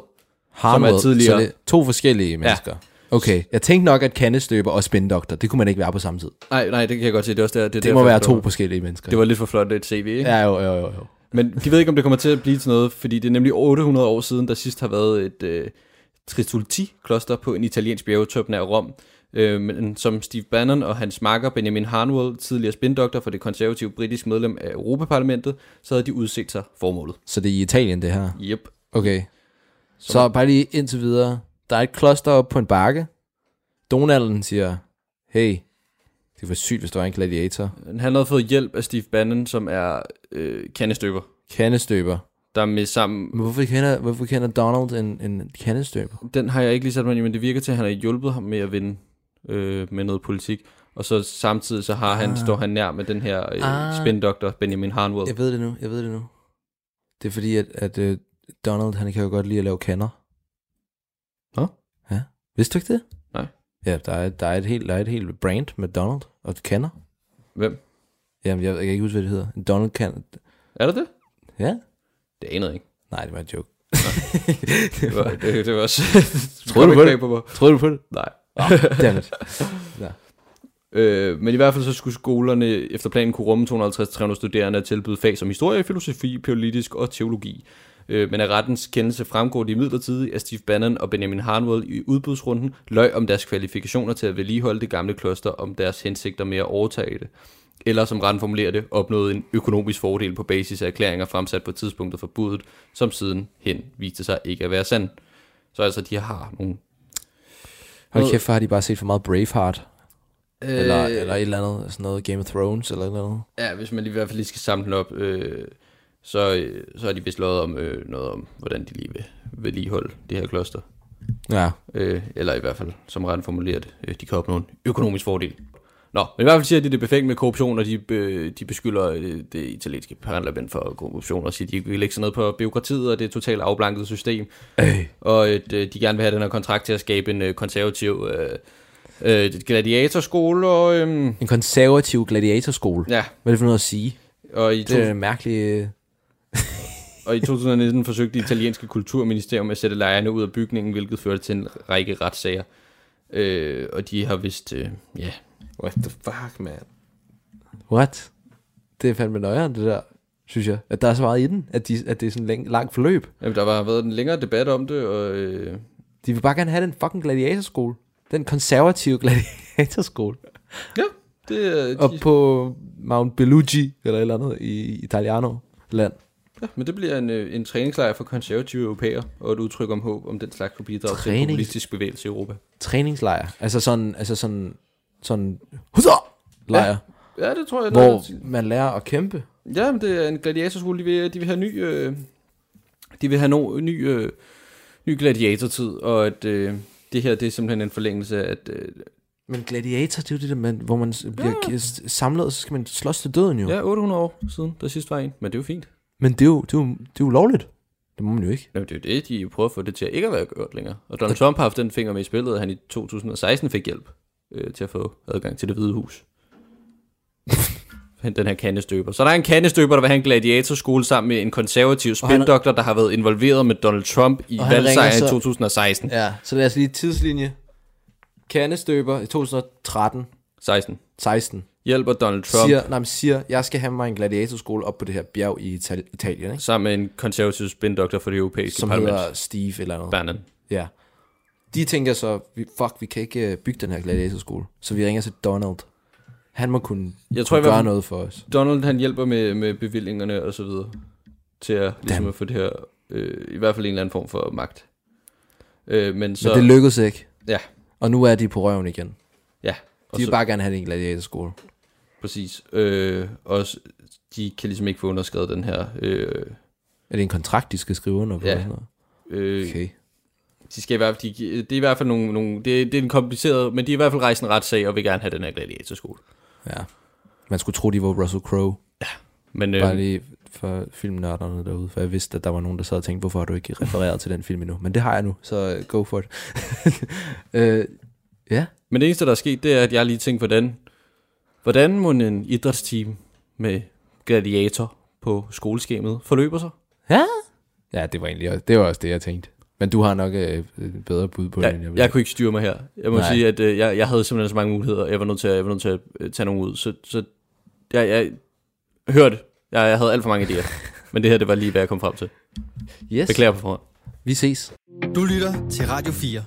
Speaker 3: Harnwell,
Speaker 2: tidligere.
Speaker 3: Så det er to forskellige mennesker. Ja. Okay, jeg tænkte nok, at kandestøber og spindoktor, det kunne man ikke være på samme tid. Det,
Speaker 2: Nej, nej, det kan jeg godt se. Det, er også der, det, er
Speaker 3: det må
Speaker 2: derfor,
Speaker 3: være
Speaker 2: det
Speaker 3: to
Speaker 2: var-
Speaker 3: forskellige mennesker.
Speaker 2: Det var lidt for flot et CV, ikke? Ja.
Speaker 3: Ja, jo, jo, jo. jo.
Speaker 2: Men de ved ikke, om det kommer til at blive til noget, fordi det er nemlig 800 år siden, der sidst har været et øh, Trisulti-kloster på en italiensk bjergetop nær Rom, øh, men som Steve Bannon og hans makker Benjamin Harnwell, tidligere spindoktor for det konservative britiske medlem af Europaparlamentet, så havde de udset sig formålet.
Speaker 3: Så det er i Italien, det her.
Speaker 2: Yep.
Speaker 3: Okay. Så, så bare lige indtil videre. Der er et kloster oppe på en bakke. Donalden siger, hey, det var sygt, hvis du var en gladiator.
Speaker 2: Han havde fået hjælp af Steve Bannon, som er øh, kandestøber,
Speaker 3: Kandestøber.
Speaker 2: der er med sammen.
Speaker 3: Men hvorfor kender, hvorfor kender Donald en, en kandestøber?
Speaker 2: Den har jeg ikke lige sat mig ind i, men det virker til, at han har hjulpet ham med at vinde øh, med noget politik. Og så samtidig så har han, står han nær med den her øh,
Speaker 3: Ah.
Speaker 2: spindoktor Benjamin Harnwell.
Speaker 3: Jeg ved det nu, jeg ved det nu. Det er fordi, at, at øh, Donald, han kan jo godt lide at lave kander.
Speaker 2: Nå?
Speaker 3: Ja. Vidste du ikke det?
Speaker 2: Nej.
Speaker 3: Ja, der er, der er, et, helt, der er et helt brand med Donald og kander.
Speaker 2: Hvem?
Speaker 3: Jamen, jeg, jeg kan ikke huske, hvad det hedder. En Donald kan...
Speaker 2: Er det det?
Speaker 3: Ja?
Speaker 2: Det anede jeg ikke.
Speaker 3: Nej, det var en joke.
Speaker 2: Det var, det, det var også...
Speaker 3: Troede du
Speaker 2: kom
Speaker 3: på
Speaker 2: ikke
Speaker 3: det?
Speaker 2: bag mig.
Speaker 3: Troede du på det?
Speaker 2: Nej.
Speaker 3: Damn it.
Speaker 2: Øh, men i hvert fald så skulle skolerne efter planen kunne rumme 250-300 studerende og tilbyde fag som historie, filosofi, politisk og teologi. Øh, men af rettens kendelse fremgår det imidlertid, at Steve Bannon og Benjamin Harnwell i udbudsrunden løg om deres kvalifikationer til at vedligeholde det gamle kloster om deres hensigter med at overtage det. Eller som retten formulerer det, opnåede en økonomisk fordel på basis af erklæringer fremsat på tidspunktet for budet, som siden hen viste sig ikke at være sand. Så altså, de har nogle...
Speaker 3: Hold kæft, for har de bare set for meget Braveheart. Eller, eller et eller andet, sådan noget Game of Thrones, eller et eller andet.
Speaker 2: Ja, hvis man lige, i hvert fald lige skal samle den op, øh, så, øh, så har de vist lovet om øh, noget om, hvordan de lige vil vedligeholde det her kloster.
Speaker 3: Ja.
Speaker 2: Øh, eller i hvert fald, som retten formulerer det, øh, de kan opnå en økonomisk fordel. Nå, men i hvert fald siger de, at det er befængt med korruption, og de, øh, de beskylder øh, det italienske parlament for korruption, og siger, at de vil lægge sig ned på byråkratiet, og det er totalt afblanket system,
Speaker 3: Øh.
Speaker 2: og at øh, de gerne vil have den her kontrakt til at skabe en øh, konservativ øh, øh, gladiatorskole, og øh,
Speaker 3: En konservativ gladiatorskole.
Speaker 2: ja,
Speaker 3: Hvad er det for noget at sige?
Speaker 2: og i
Speaker 3: Det er en mærkelig... øh,
Speaker 2: Og i 2019 forsøgte det italienske kulturministerium at sætte lejerne ud af bygningen, hvilket førte til en række retssager. Øh, og de har vist, øh, ja,
Speaker 3: What the fuck, man? What? Det er fandme nøjeren, det der, synes jeg. At der er så meget i den, at, de, at det er sådan lang, langt forløb.
Speaker 2: jamen, der har været en længere debat om det, og øh,
Speaker 3: De vil bare gerne have den fucking gladiatorskole. Den konservative gladiatorskole.
Speaker 2: ja, det er,
Speaker 3: Op
Speaker 2: de,
Speaker 3: på Mount Bellugi, eller et eller andet, i Italiano land.
Speaker 2: ja, men det bliver en, øh, en træningslejr for konservative europæer, og et udtryk om håb, om den slags kunne bidrage til en
Speaker 3: Træning.
Speaker 2: populistisk bevægelse i Europa.
Speaker 3: Træningslejr. Altså sådan, altså sådan, sådan, huzzah! lejr,
Speaker 2: Ja, det tror jeg. der er-
Speaker 3: hvor man lærer at kæmpe.
Speaker 2: Ja, men det er en gladiatorskole. De vil, de vil have ny... Øh, de vil have no, ny, øh, ny gladiatortid, og at øh, det her, det er simpelthen en forlængelse af, at øh,
Speaker 3: Men gladiator, det er jo det der, man, hvor man s- bliver ja. samlet, og så skal man slås til døden jo.
Speaker 2: Ja, 800 år siden, der sidst var en. Men det er jo fint.
Speaker 3: Men det er jo, det er jo, det er jo lovligt. Det må man jo ikke.
Speaker 2: Jamen, det er jo det, de prøver at få det til at ikke at være gjort længere. Og Donald Trump har haft den finger med i spillet, at han i 2016 fik hjælp øh, til at få adgang til det hvide hus. den her kandestøber. Så der er en kandestøber, der vil have en gladiatorskole sammen med en konservativ
Speaker 3: Og han-
Speaker 2: spildoktor, der har været involveret med Donald Trump i
Speaker 3: Og han ringer
Speaker 2: valgsejren i
Speaker 3: så-
Speaker 2: 2016.
Speaker 3: Ja, så lad os lige tidslinje. Kandestøber i 2013,
Speaker 2: 16.
Speaker 3: 16,
Speaker 2: Hjælper Donald Trump
Speaker 3: siger, nej, men siger, jeg skal have mig en gladiatorskole op på det her bjerg i Ital- Italien, ikke?
Speaker 2: sammen med en konservativ spindoktor for det europæiske
Speaker 3: Som
Speaker 2: parlament.
Speaker 3: hedder Steve eller noget.
Speaker 2: Bannon.
Speaker 3: Ja. De tænker så, vi- fuck, vi kan ikke øh, bygge den her gladiatorskole. Så vi ringer til Donald. Han må kunne,
Speaker 2: Jeg
Speaker 3: jeg
Speaker 2: tror,
Speaker 3: tror,
Speaker 2: jeg
Speaker 3: kunne
Speaker 2: vil-
Speaker 3: gøre noget for os.
Speaker 2: Donald han hjælper med, med bevillingerne og så videre til at, ligesom
Speaker 3: Damn.
Speaker 2: at få det her, øh, i hvert fald en eller anden form for magt. Øh, men
Speaker 3: Så...
Speaker 2: så,
Speaker 3: Men det lykkedes ikke.
Speaker 2: Ja.
Speaker 3: Og nu er de på røven igen.
Speaker 2: ja, og
Speaker 3: De vil
Speaker 2: så,
Speaker 3: bare gerne have en gladiatorskole.
Speaker 2: præcis. Øh, og s- de kan ligesom ikke få underskrevet den her, øh,
Speaker 3: Er det en kontrakt, de skal skrive under på?
Speaker 2: Ja.
Speaker 3: eller sådan noget?
Speaker 2: øh, okay.
Speaker 3: Okay.
Speaker 2: de skal i hvert fald, de, det er i hvert fald nogle, nogle det, det er en kompliceret, men de er i hvert fald rejst en retssag og vil gerne have den her gladiatorskole.
Speaker 3: Ja. Man skulle tro, de var Russell Crowe.
Speaker 2: Men
Speaker 3: Bare
Speaker 2: øh,
Speaker 3: lige for filmnørderne derude, for jeg vidste, at der var nogen, der sad og tænkte, hvorfor har du ikke refereret til den film endnu? Men det har jeg nu, så øh, go for it. øh, ja,
Speaker 2: men det eneste, der er sket, det er, at jeg lige tænkte, hvordan, hvordan må en idrætsteam med gladiator på skoleskemaet forløber sig?
Speaker 3: ja det, var egentlig, også- det var også det, jeg tænkte. Men du har nok øh, et bedre bud på det,
Speaker 2: Ja,
Speaker 3: end jeg
Speaker 2: jeg,
Speaker 3: vil.
Speaker 2: jeg kunne ikke styre mig her. Jeg må Nej.
Speaker 3: Nej.
Speaker 2: sige, at øh, jeg, jeg havde simpelthen så mange muligheder, jeg var nødt til at, jeg var nødt til at øh, tage nogen ud. Så, så jeg, jeg hørte, jeg, jeg havde alt for mange idéer. Men det her, det var lige, hvad jeg kom frem til.
Speaker 3: Yes,
Speaker 2: Beklager på forhånd.
Speaker 3: vi ses.
Speaker 6: Du lytter til Radio 4.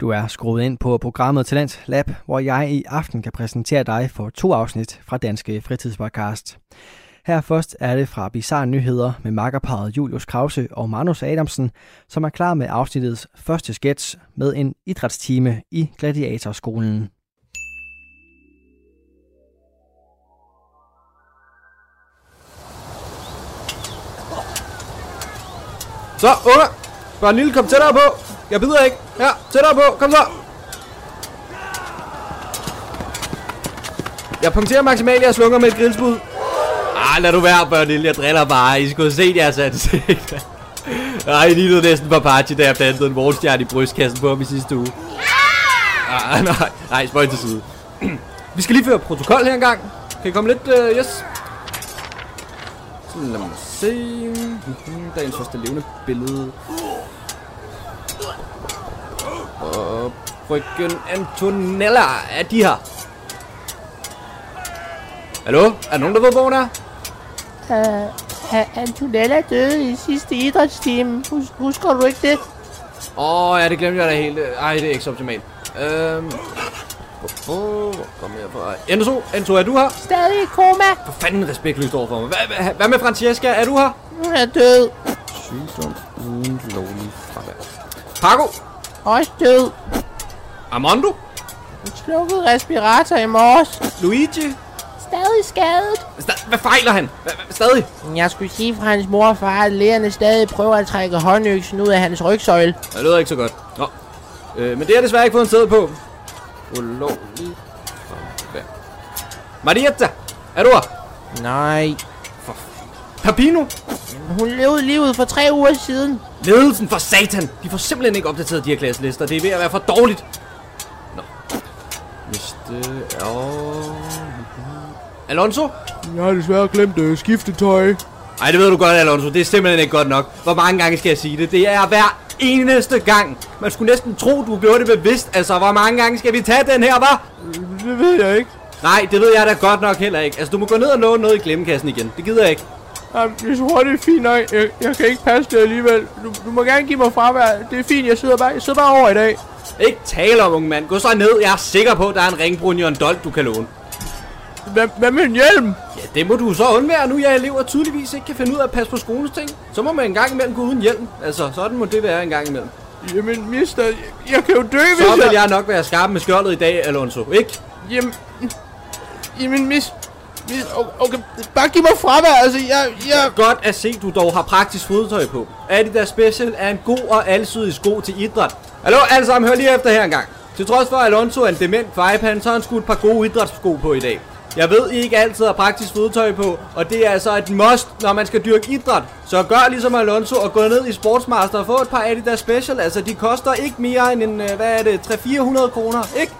Speaker 1: Du er skruet ind på programmet Talent Lab, hvor jeg i aften kan præsentere dig for to afsnit fra Danske Fritidspodcast. Her først er det fra Bizarre Nyheder med makkerparet Julius Krause og Magnus Adamsen, som er klar med afsnittets første sketch med en idrætstime i Gladiatorskolen.
Speaker 2: Så, unger! Bare en lille, kom tættere på! Jeg bider ikke! Ja, tættere på! Kom så! Jeg punkterer maksimalt jeres lunger med et grillsbud. Ah, lad du være, børnil. Jeg driller bare. I skulle have set jeres ansigt. Ej, I lignede næsten paparazzi, da jeg plantede en vognstjerne i brystkassen på ham i sidste uge. Ah, nej, nej, spøj til side. Vi skal lige føre protokol her engang. Kan I komme lidt? Uh, yes. Så lad mig se. Mhm, Dagens første levende billede. Og frøken Antonella er de her. Hallo? Er der nogen, der ved, hvor hun er?
Speaker 7: Uh, Antonella døde i sidste idrætstime. Hus- husker du ikke det?
Speaker 2: Åh, oh, ja, det glemte jeg da helt. Ej, det er ikke så optimalt. Øhm... Hvor- Hvor hvor kom jeg fra? Enzo, Enzo, er du her?
Speaker 7: Stadig i koma.
Speaker 2: For fanden respektløst over for mig. Hvad, hvad, hvad med Francesca? Er du her?
Speaker 7: Hun er død.
Speaker 2: Sygdom uden lovlig fravær. Paco?
Speaker 7: Også død.
Speaker 2: Armando?
Speaker 7: Hun slukkede respirator i morges.
Speaker 2: Luigi?
Speaker 7: Stadig skadet.
Speaker 2: Sta- hvad fejler han? Hva- hva- stadig?
Speaker 7: Jeg skulle sige fra hans mor og far, at lægerne stadig prøver at trække håndøksen ud af hans rygsøjle.
Speaker 2: Ja, Det lyder ikke så godt. Nå. Øh, men det har jeg desværre ikke fået en sæde på. Ulovlig fravær. Marietta? Er du her?
Speaker 7: Nej.
Speaker 2: Papino?
Speaker 7: Hun levede livet for tre uger siden.
Speaker 2: Ledelsen for satan! De får simpelthen ikke opdateret de her klasselister. Det er ved at være for dårligt. Nå. Hvis det er... Alonso?
Speaker 7: Jeg har desværre glemt øh, at skifte tøj.
Speaker 2: Nej, det ved du godt, Alonso. Det er simpelthen ikke godt nok. Hvor mange gange skal jeg sige det? Det er hver eneste gang. Man skulle næsten tro, du gjorde det bevidst. Altså, hvor mange gange skal vi tage den her, hva'?
Speaker 7: Øh, Det ved jeg ikke.
Speaker 2: Nej, det ved jeg da godt nok heller ikke. Altså, du må gå ned og låne noget i glemmekassen igen. Det gider jeg ikke.
Speaker 7: Jamen, jeg tror, det er fint nok. Jeg, jeg kan ikke passe det alligevel. Du, du må gerne give mig fravær. Det er fint, jeg sidder bare, jeg sidder bare over i dag.
Speaker 2: Ikke tale om, unge mand. Gå så ned. Jeg er sikker på, at der er en ringbrun i en dolt, du kan låne.
Speaker 7: Hvad, hvad med en hjelm?
Speaker 2: Ja, det må du så undvære, nu jeg elever tydeligvis ikke kan finde ud af at passe på skolens ting. Så må man en gang imellem gå uden hjelm. Altså, sådan må det være en gang imellem.
Speaker 7: Jamen, mister, jeg, jeg kan jo dø, hvis
Speaker 2: Så vil
Speaker 7: jeg...
Speaker 2: jeg nok være skarp med skjoldet i dag, Alonso. Ikke?
Speaker 7: Jamen, jamen, mis... mis o- okay, bare giv mig fravær, altså, jeg... jeg
Speaker 2: Godt at se, du dog har praktisk fodtøj på. Adidas Special er en god og alsidig sko til idræt. Hallo alle sammen, hør lige efter her engang. Til trods for, at Alonso er en dement fejpan, så har han sgu et par gode idrætssko på i dag. Jeg ved, I ikke altid har praktisk fodtøj på, og det er altså et must, når man skal dyrke idræt. Så gør ligesom Alonso og gå ned i Sportsmaster og få et par Adidas Special. Altså, de koster ikke mere end en, øh, hvad er det, 300-400 kroner, ikke?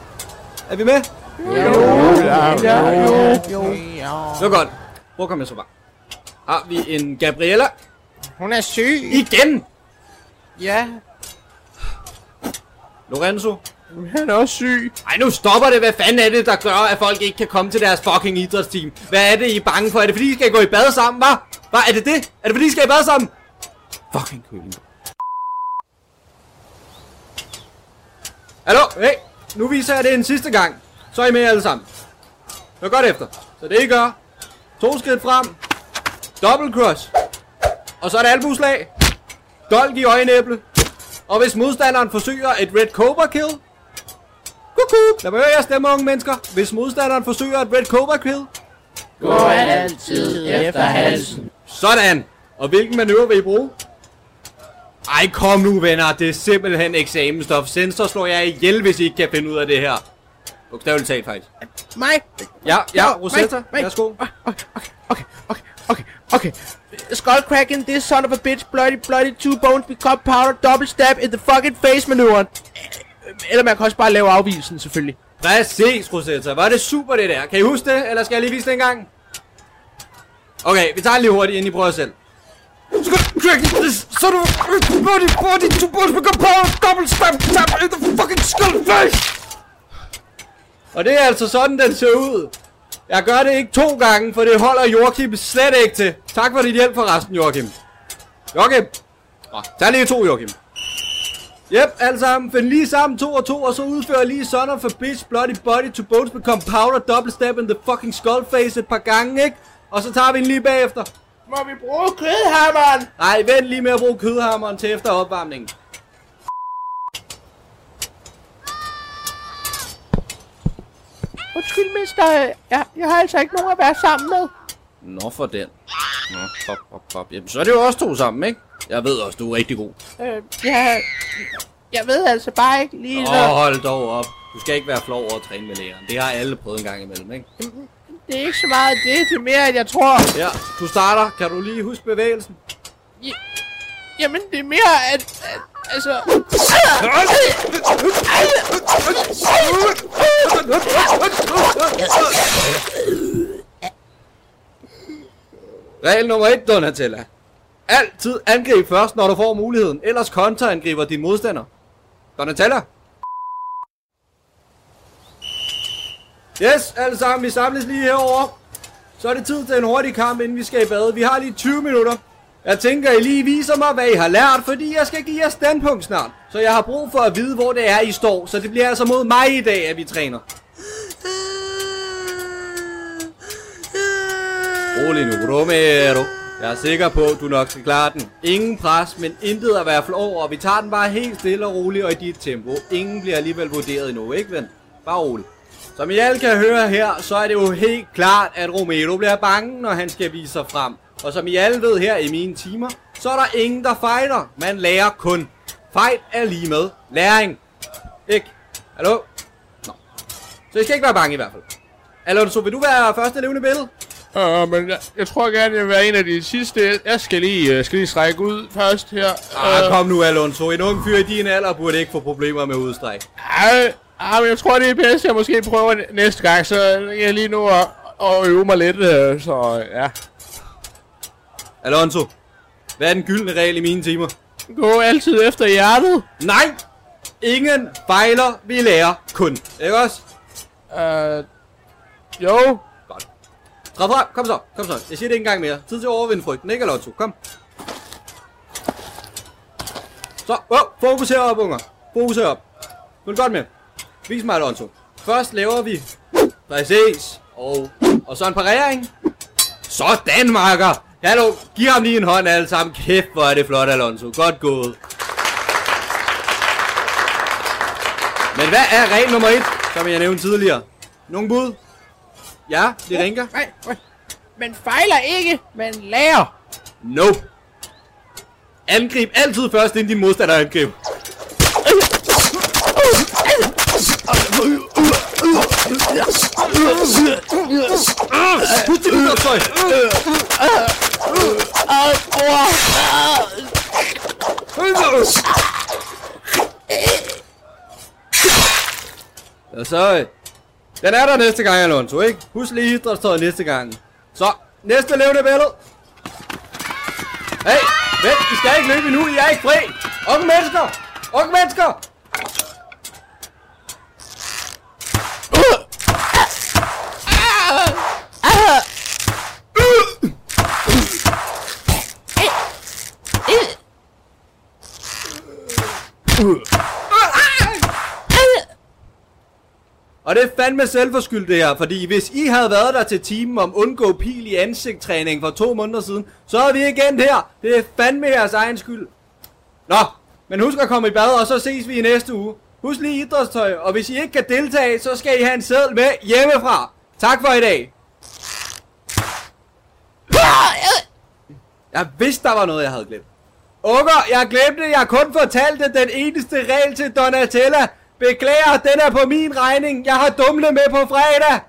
Speaker 2: Er vi med? Det var godt. Hvor kom jeg så fra? Har vi en Gabriella?
Speaker 7: Hun er syg.
Speaker 2: Igen!
Speaker 7: Ja,
Speaker 2: Lorenzo,
Speaker 7: han er også syg.
Speaker 2: Ej, nu stopper det. Hvad fanden er det, der gør, at folk ikke kan komme til deres fucking idrætsteam? Hvad er det, I er bange for? Er det, fordi I skal gå i bad sammen, hva? Hva? Er det det? Er det, fordi I skal i bad sammen? Fucking køling. Hallo? Hey, nu viser jeg det en sidste gang. Så er I med alle sammen. Hør godt efter. Så det I gør. To skridt frem. Double cross. Og så et albuslag. Dolk i øjenæble. Og hvis modstanderen forsøger et Red Cobra kill, Kukuk. Lad mig høre jeres stemme, unge mennesker. Hvis modstanderen forsøger et Red Cobra kill.
Speaker 7: Gå altid efter halsen.
Speaker 2: Sådan. Og hvilken manøvre vil I bruge? Ej, kom nu, venner. Det er simpelthen eksamensstof. Sensor slår jeg ihjel, hvis I ikke kan finde ud af det her. Bogstaveligt talt, faktisk.
Speaker 7: Mig?
Speaker 2: Ja, ja,
Speaker 7: Nå,
Speaker 2: Rosetta.
Speaker 7: mig, mig.
Speaker 2: Værsgo.
Speaker 7: Okay, okay, okay, okay. Skullcracking, this son of a bitch, bloody, bloody, two bones, become powder, double stab in the fucking face manøvren. Eller man kan også bare lave afvielsen, selvfølgelig.
Speaker 2: Præcis, Rosetta. Var det super, det der. Kan I huske det, eller skal jeg lige vise det en gang? Okay, vi tager den lige hurtigt, inden I prøver selv.
Speaker 8: So do body body to body become power double stamp tap in the fucking skull face.
Speaker 2: Og det er altså sådan, den ser ud. Jeg gør det ikke to gange, for det holder Joachim slet ikke til. Tak for dit hjælp for resten, Joachim. Joachim! Nå, tag lige to, Joachim. Yep, alle sammen. Find lige sammen to og to, og så udfører lige Son of a Bitch, Bloody Body, To Bones Become Powder, Double Step in the fucking Skull Face et par gange, ikke? Og så tager vi en lige bagefter.
Speaker 7: Må vi bruge kødhammeren?
Speaker 2: Nej, vent lige med at bruge kødhammeren til efter opvarmningen.
Speaker 7: Undskyld, mister. øh, Jeg, jeg har altså ikke nogen at være sammen med.
Speaker 2: Nå for den. Nå, hop, hop, hop. Jamen, så er det jo også to sammen, ikke? Jeg ved også, du er rigtig god.
Speaker 7: Øh, jeg, jeg ved altså bare ikke lige,
Speaker 2: Åh, oh,
Speaker 7: oh.
Speaker 2: hold dog op. Du skal ikke være flov over at træne med læreren. Det har alle prøvet en gang imellem, ikke?
Speaker 7: det er ikke så meget det, det er mere, end jeg tror.
Speaker 2: Ja, du starter. Kan du lige huske bevægelsen?
Speaker 7: Jamen, det er mere, at, at altså...
Speaker 2: Regel nummer 1, Donatella. Altid angrib først, når du får muligheden. Ellers kontraangriber din modstander. Donatella. Yes, alle sammen. Vi samles lige herover. Så er det tid til en hurtig kamp, inden vi skal i bad. Vi har lige 20 minutter. Jeg tænker, I lige viser mig, hvad I har lært, fordi jeg skal give jer standpunkt snart. Så jeg har brug for at vide, hvor det er, I står. Så det bliver altså mod mig i dag, at vi træner. Rolig nu, Romero. Jeg er sikker på, at du nok skal klare den. Ingen pres, men intet at være flov over. Vi tager den bare helt stille og roligt og i dit tempo. Ingen bliver alligevel vurderet endnu, ikke ven? Bare rolig. Som I alle kan høre her, så er det jo helt klart, at Romero bliver bange, når han skal vise sig frem. Og som I alle ved her i mine timer, så er der ingen, der fejler. Man lærer kun. Fejl er lige med læring. Ikke? Hallo? Nå. Så I skal ikke være bange i hvert fald. Alonso, vil du være første levende billede?
Speaker 7: Øh, men jeg, jeg tror gerne, jeg vil være en af de sidste. Jeg skal lige, øh, skal lige strække ud først her.
Speaker 2: Ah,
Speaker 7: Øh,
Speaker 2: kom nu, Alonso. En ung fyr i din alder burde ikke få problemer med udstræk.
Speaker 7: Ej, ej, men jeg tror, det er bedst, jeg måske prøver n- næste gang, så jeg lige nu at, at øve mig lidt, øh, så ja.
Speaker 2: Alonso, hvad er den gyldne regel i mine timer?
Speaker 7: Gå altid efter hjertet.
Speaker 2: Nej! Ingen fejler, vi lærer kun. Ikke også?
Speaker 7: Øh, jo,
Speaker 2: Træd frem, kom så, kom så. Jeg siger det ikke engang mere. Tid til at overvinde frygten, ikke Alonso? Kom. Så, wow, fokus herop, unger. Fokus herop. Følg godt med. Vis mig, Alonso. Først laver vi... Præcis. Og, og så en parering. Sådan, marker. Hallo, giv ham lige en hånd alle sammen. Kæft, hvor er det flot, Alonso. Godt gået. Men hvad er regel nummer et, som jeg nævnte tidligere? Nogle bud? Ja, det ringer.
Speaker 9: Nej, nej. Man fejler ikke, man lærer.
Speaker 2: No. Angrib altid først, inden din modstander angriber. Put dit undertøj! Og så... øh, Den er der næste gang, Alonso, ikke? Husk lige idrætstøjet næste gang. Så, næste levende billede. Hey, vent, I skal ikke løbe nu, I er ikke fri. Unge mennesker, unge mennesker. Og det er fandme selvforskyldt det her, fordi hvis I havde været der til timen om undgå pil i ansigttræning for to måneder siden, så er vi igen her. Det er fandme jeres egen skyld. Nå, men husk at komme i bad, og så ses vi i næste uge. Husk lige idrætstøj, og hvis I ikke kan deltage, så skal I have en seddel med hjemmefra. Tak for i dag. Jeg vidste, der var noget, jeg havde glemt. Unger, jeg glemte, jeg kun fortalte den eneste regel til Donatella. Beklager, den er på min regning. Jeg har dumle med på fredag.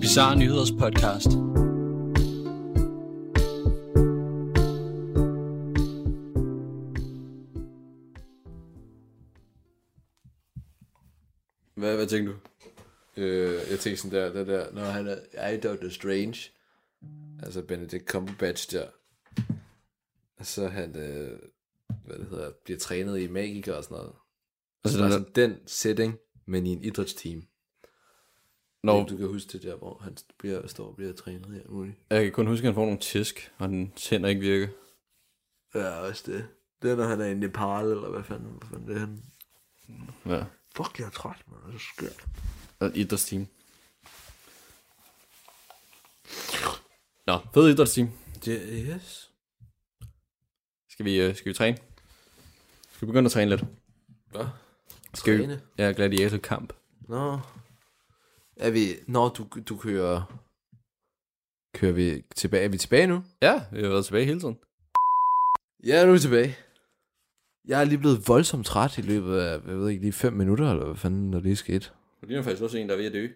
Speaker 6: Bizarre Nyheders podcast.
Speaker 2: Hvad, hvad tænker du?
Speaker 10: Øh, jeg tænkte sådan der, den der, når han er, jeg er Dr. Strange, altså Benedict Cumberbatch der, og så han, øh, hvad det hedder, bliver trænet i magiker og sådan noget. Altså, den,
Speaker 2: den der-
Speaker 10: sådan den setting, men i en idrætsteam.
Speaker 2: Nå.
Speaker 10: Nå. Du kan huske det der, hvor han bliver, står og bliver trænet i alt muligt.
Speaker 2: Jeg kan kun huske, at han får nogle tisk, og den tænder ikke virker.
Speaker 10: Ja, også det. Det er, når han er i Nepal, eller hvad fanden, hvad fanden det er han.
Speaker 2: Ja.
Speaker 10: Fuck, jeg er træt, man. Det er så skørt.
Speaker 2: Og et idrætsteam. Nå, fed idrætsteam.
Speaker 10: Det, yes.
Speaker 2: Skal vi, øh, skal vi træne? Skal vi begynde at træne lidt?
Speaker 10: Hvad?
Speaker 2: Skal
Speaker 10: Træne?
Speaker 2: vi? Ja, gladiatorkamp.
Speaker 10: Nå. Er vi... Nå, du, du kører... Kører vi tilbage? Er vi tilbage nu?
Speaker 2: Ja, vi har været tilbage hele tiden.
Speaker 10: Ja, nu er vi tilbage. Jeg er lige blevet voldsomt træt i løbet af, jeg ved ikke, lige 5 minutter, eller hvad fanden, når det er sket.
Speaker 2: Du ligner faktisk også en, der er ved at dø.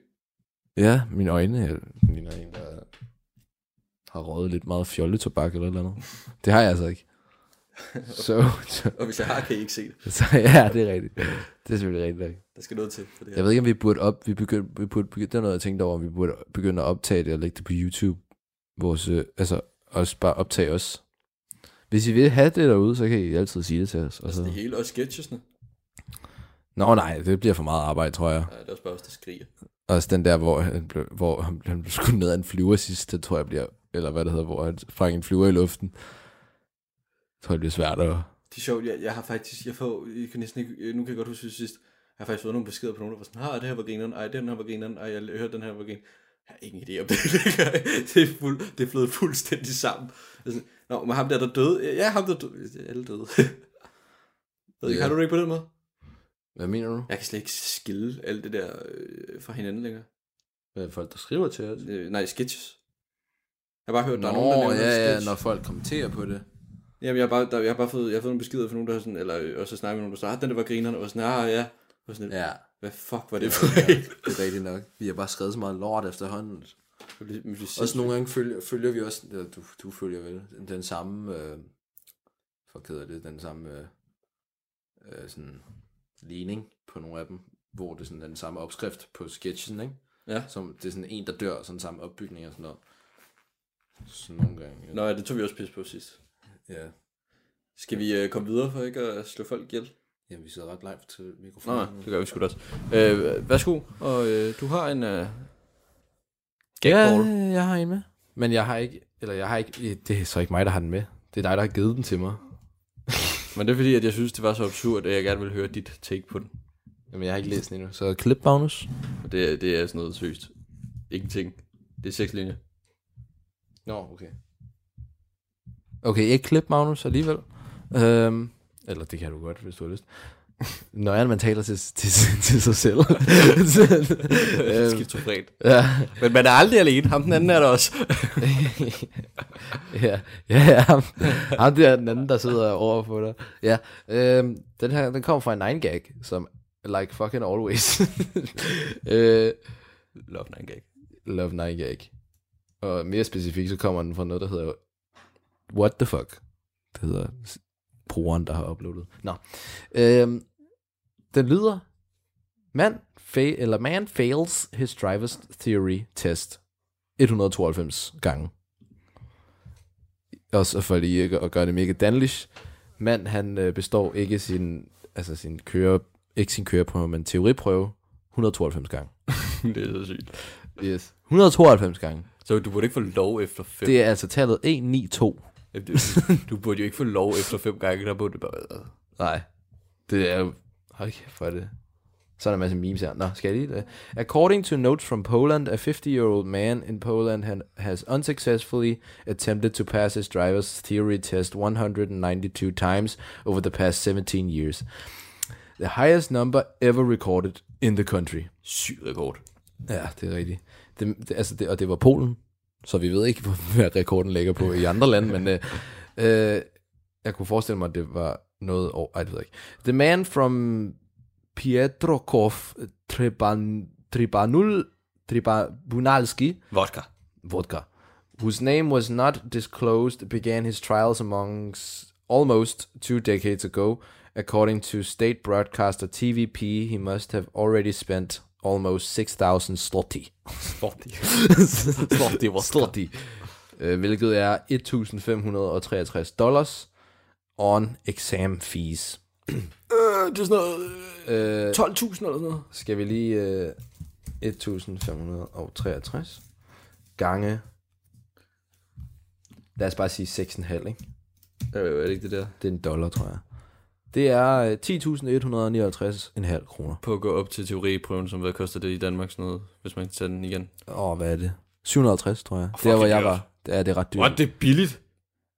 Speaker 10: Ja, mine øjne jeg ligner en, der har røget lidt meget fjolletobak eller et eller andet. Det har jeg altså ikke.
Speaker 3: Så, så,
Speaker 2: Og hvis jeg har, kan I ikke se det.
Speaker 3: så ja, det er rigtigt. Det er selvfølgelig rigtigt. nok.
Speaker 2: Der skal noget til for det her.
Speaker 3: Jeg ved ikke, om vi burde op... Vi begynd, vi burde begynde, det var noget, jeg tænkte over, om vi burde begynde at optage det og lægge det på YouTube. Vores, øh, altså, også bare optage os. Hvis I vil have det derude, så kan I altid sige det til os. Og
Speaker 2: Altså det
Speaker 3: så.
Speaker 2: hele, og sketchesne.
Speaker 3: Nå nej, det bliver for meget arbejde, tror jeg.
Speaker 2: Ja, det er også bare os, der skriger.
Speaker 3: Også den der, hvor han blev, hvor han blev han blev skudt ned af en flyver sidst, det tror jeg bliver, eller hvad det hedder, hvor han sprang en flyver i luften. Jeg tror, det bliver svært at...
Speaker 2: Det er sjovt, jeg, jeg har faktisk, jeg får, jeg kan næsten ikke, øh, nu kan jeg godt huske det sidst, jeg har faktisk fået nogle beskeder på nogen, der var sådan, ah, det her var grineren, ej, den her var grineren, ej, jeg hørte den her var grineren. Jeg har ingen idé om det. det, er fuld, det er blevet fuldstændig sammen. Altså, Nå, men ham der, der døde, ja, ham der døde, alle døde. jeg ved ikke,
Speaker 3: Ja.
Speaker 2: har du det ikke på den måde?
Speaker 3: Hvad mener du?
Speaker 2: Jeg kan slet ikke skille alt det der øh, fra hinanden længere.
Speaker 3: Hvad folk, der skriver til os?
Speaker 2: Øh, nej, sketches. Jeg har bare hørt,
Speaker 3: Nå,
Speaker 2: der er nogen, der nævner
Speaker 3: ja,
Speaker 2: en
Speaker 3: ja,
Speaker 2: sketch.
Speaker 3: når folk kommenterer på det.
Speaker 2: Jamen, jeg har bare, der, jeg har bare fået, jeg har fået nogle beskeder fra nogen, der har sådan, eller øh, også snakket med nogen, der sagde, ah, den der var grineren, og var sådan, ah, ja. Og sådan,
Speaker 3: Ja,
Speaker 2: Hvad fuck var det for
Speaker 3: ja,
Speaker 2: en?
Speaker 3: det er rigtigt nok. Vi har bare skrevet så meget lort efterhånden.
Speaker 2: Det blev- det blev
Speaker 3: Også
Speaker 2: sindssygt.
Speaker 3: nogle gange følger, følger vi også, ja, du, du følger vel, den, den samme, øh, fuck hedder det, den samme øh, øh, sådan ligning på nogle af dem, hvor det er sådan den samme opskrift på sketchen, ikke?
Speaker 2: Ja.
Speaker 3: Som, det er sådan en, der dør, og sådan samme opbygning og sådan noget. Sådan nogle gange. Ja.
Speaker 2: Nå, ja, det tog vi også pis på sidst.
Speaker 3: ja.
Speaker 2: Skal vi øh, komme videre for ikke at slå folk ihjel?
Speaker 3: Jamen, vi sidder ret live til
Speaker 2: Nå,
Speaker 3: mikrofonen.
Speaker 2: nej, det gør vi sgu da også. Øh, værsgo, og øh, du har en øh, gagball. Ja.
Speaker 3: jeg har en med. Men jeg har ikke, eller jeg har ikke, det er så ikke mig, der har den med. Det er dig, der har givet den til mig.
Speaker 2: Men det er fordi, at jeg synes, det var så absurd, at jeg gerne ville høre dit take på den.
Speaker 3: Jamen, jeg har ikke læst den endnu. Så klip, Magnus.
Speaker 2: Og det, er- det er sådan noget seriøst. Ingenting. Det er seks linjer.
Speaker 3: Nå, okay. Okay, ikke klip, Magnus, alligevel. Øhm, eller det kan du godt, hvis du har lyst. Nøjeren, man taler til, til, til sig selv. øhm,
Speaker 2: Skizofren.
Speaker 3: ja,
Speaker 2: Men man er aldrig alene. Ham den anden er der også.
Speaker 3: ja, ja, ham, ham der er den anden, der sidder over på dig. Ja, øhm, den her, den kommer fra en 9 gag, som like fucking always. øh,
Speaker 2: Love 9 gag.
Speaker 3: Love 9 gag. Og mere specifikt, så kommer den fra noget, der hedder What the fuck? Det hedder s- brugeren, der har uploadet. Nå. Øhm, den lyder, man, fa- eller man fails his driver's theory test 192 gange. Også for lige ikke at gøre det mega danlish. Mand, han øh, består ikke sin, altså sin køre, ikke sin køreprøve, men teoriprøve 192 gange.
Speaker 2: det er så sygt.
Speaker 3: Yes. 192 gange.
Speaker 2: Så du burde ikke få lov efter fem.
Speaker 3: Det er altså tallet 192.
Speaker 2: Du burde jo ikke få lov efter fem gange. Der burde det bare være.
Speaker 3: Nej. Det er jo... Hold kæft, hvor er det. Så er der en masse memes her. Nå, skal jeg lige det? According to notes from Poland, a 50-year-old man in Poland had, has unsuccessfully attempted to pass his driver's theory test 192 times over the past 17 years. The highest number ever recorded in the country.
Speaker 2: Syg rekord.
Speaker 3: Ja, det er rigtigt. Det, det, altså det, og det var Polen, så vi ved ikke, hvor- hvad rekorden ligger på i andre lande, men øh, øh, jeg kunne forestille mig, at det var noget over... Ej, det ved jeg ikke. The man from Pietrokov Triban, Tribanul Tribunalski
Speaker 2: Vodka.
Speaker 3: vodka, whose name was not disclosed, began his trials amongst almost two decades ago. According to state broadcaster TVP, he must have already spent almost 6,000 slotty. Slotty. slotty vodka. Slotty. Øh, Hvilket er 1.563 dollars on exam fees.
Speaker 2: Øh, det er sådan noget...
Speaker 3: Øh,
Speaker 2: 12.000 eller sådan noget.
Speaker 3: skal vi lige øh, 1563 gange lad os bare sige 6,5, ikke?
Speaker 2: Øh, er det ikke det der?
Speaker 3: Det er en dollar, tror jeg. Det øh, er øh, 10.159,5 kroner.
Speaker 2: På at gå op til teoriprøven, som hvad koster det i Danmark sådan noget, hvis man tager den igen.
Speaker 3: Åh, hvad er det? 750, tror jeg. Oh,
Speaker 2: fuck,
Speaker 3: der, hvor
Speaker 2: det er
Speaker 3: jeg
Speaker 2: dyrt.
Speaker 3: var. Det er det er ret dyrt.
Speaker 2: What, det er billigt.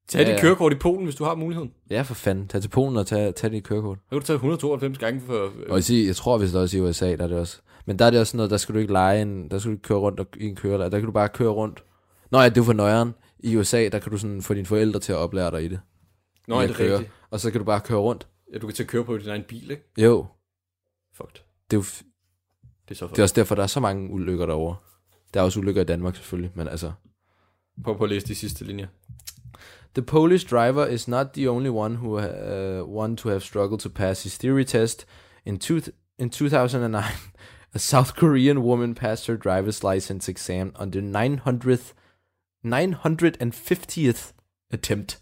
Speaker 2: Tag
Speaker 3: Ja,
Speaker 2: ja, dit
Speaker 3: ja.
Speaker 2: kørekort i Polen, hvis du har muligheden.
Speaker 3: Ja, for fanden. Tag til Polen og tag, tag dit kørekort.
Speaker 2: Så kan du tage 192 gange for...
Speaker 3: Og jeg, siger, jeg tror vist også i USA, der er det også. Men der er det også sådan noget, der skal du ikke lege en, der skal du ikke køre rundt og- i en kørelærer. Der kan du bare køre rundt. Nå ja, det er for nøjeren. I USA, der kan du sådan få dine forældre til at oplære dig i det.
Speaker 2: Nå,
Speaker 3: I
Speaker 2: er
Speaker 3: at
Speaker 2: det
Speaker 3: køre.
Speaker 2: rigtigt?
Speaker 3: Og så kan du bare køre rundt.
Speaker 2: Ja, du kan tage køre på din egen bil, ikke?
Speaker 3: Jo,
Speaker 2: Fucked.
Speaker 3: det er, jo, f-
Speaker 2: Det er så
Speaker 3: det er
Speaker 2: fucked.
Speaker 3: også derfor, der er så mange ulykker derovre. Der er også ulykker i Danmark selvfølgelig, men altså,
Speaker 2: Prøv på at læse de sidste linjer.
Speaker 3: The Polish driver is not the only one who uh, one to have struggled to pass his theory test. In two in 2009, a South Korean woman passed her driver's license exam on the 900th 950th attempt.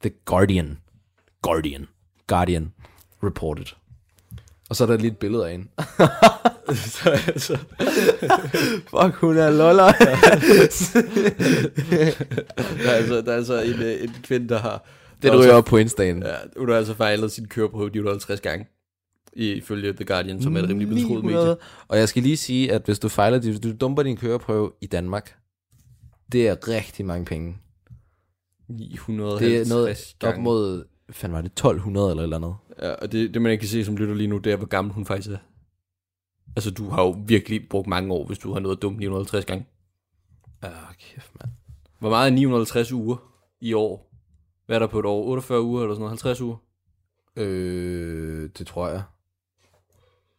Speaker 3: The Guardian, Guardian, Guardian reported. Og så er der lige et billede af hende. Fuck, hun er loller.
Speaker 2: der, er altså, der er altså en, øh, en kvinde, der har...
Speaker 3: Den
Speaker 2: der
Speaker 3: ryger
Speaker 2: også-
Speaker 3: op på Insta'en.
Speaker 2: Ja, hun har altså fejlet sin køreprøve 950 gange, ifølge The Guardian, som er et rimelig betroet medie.
Speaker 3: 900. Og jeg skal lige sige, at hvis du fejler, hvis du dumper din køreprøve i Danmark, det er rigtig mange penge.
Speaker 2: 950
Speaker 3: Det er noget op
Speaker 2: gange.
Speaker 3: mod, fanden var det, 1200 eller et eller andet.
Speaker 2: Ja, og det, det man ikke kan se som lytter lige nu, det er, hvor gammel hun faktisk er. Altså, du har jo virkelig brugt mange år, hvis du har noget dumt 950 gange.
Speaker 3: Åh, kæft, mand.
Speaker 2: Hvor meget er 950 uger i år? Hvad er der på et år? 48 uger eller sådan noget? 50 uger?
Speaker 3: Øh, det tror jeg.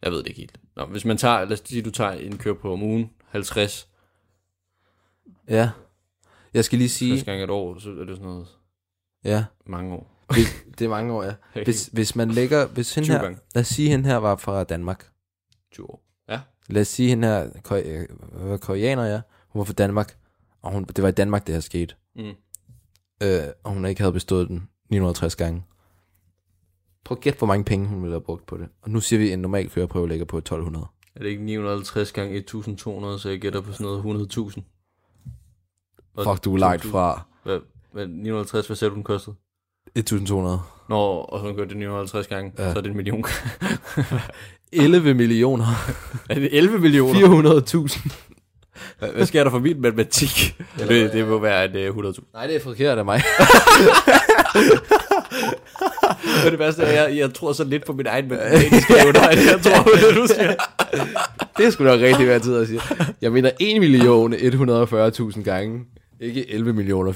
Speaker 2: Jeg ved det ikke helt. Nå, hvis man tager, lad os sige, du tager en køreprøve på om ugen, 50
Speaker 3: Ja. Jeg skal lige sige,
Speaker 2: Sige. gange et år, så er det sådan noget
Speaker 3: ja,
Speaker 2: mange år.
Speaker 3: hvis, det er mange år, ja. Hvis, hvis man lægger, hvis hende
Speaker 2: 20
Speaker 3: her,
Speaker 2: gange.
Speaker 3: lad os sige, hende her var fra Danmark.
Speaker 2: 20 år. Ja.
Speaker 3: Lad os sige, hende her, kor- øh, hvad var koreaner, ja. Hun var fra Danmark, og hun, det var i Danmark, det her skete.
Speaker 2: Mm.
Speaker 3: øh, og hun ikke havde bestået den 950 gange. Prøv at gætte, hvor mange penge hun ville have brugt på det. Og nu siger vi, at en normal køreprøve ligger på 1200.
Speaker 2: Er det ikke 950 gange 1200, så jeg gætter på sådan noget 100.000? Og
Speaker 3: Fuck, du er langt
Speaker 2: 2.000.
Speaker 3: fra
Speaker 2: Hvad, hvad, 950, hvad sagde du, den kostede?
Speaker 3: 1200.
Speaker 2: Nå, og så gør det 950 gange, ja.
Speaker 3: Ja.
Speaker 2: så er det en million.
Speaker 3: 11 millioner.
Speaker 2: er det 11 millioner?
Speaker 3: 400.000.
Speaker 2: Hvad- Hvad sker der for min matematik? det, det må være en uh, 100.000.
Speaker 3: Nej, det er forkert af mig.
Speaker 2: Og det værste er, at jeg, jeg tror så lidt på min egen matematiske evner, at jeg tror på det, du siger.
Speaker 3: det skulle nok rigtig være tid at sige. Jeg mener 1 million 140.000 gange. Ikke 11 millioner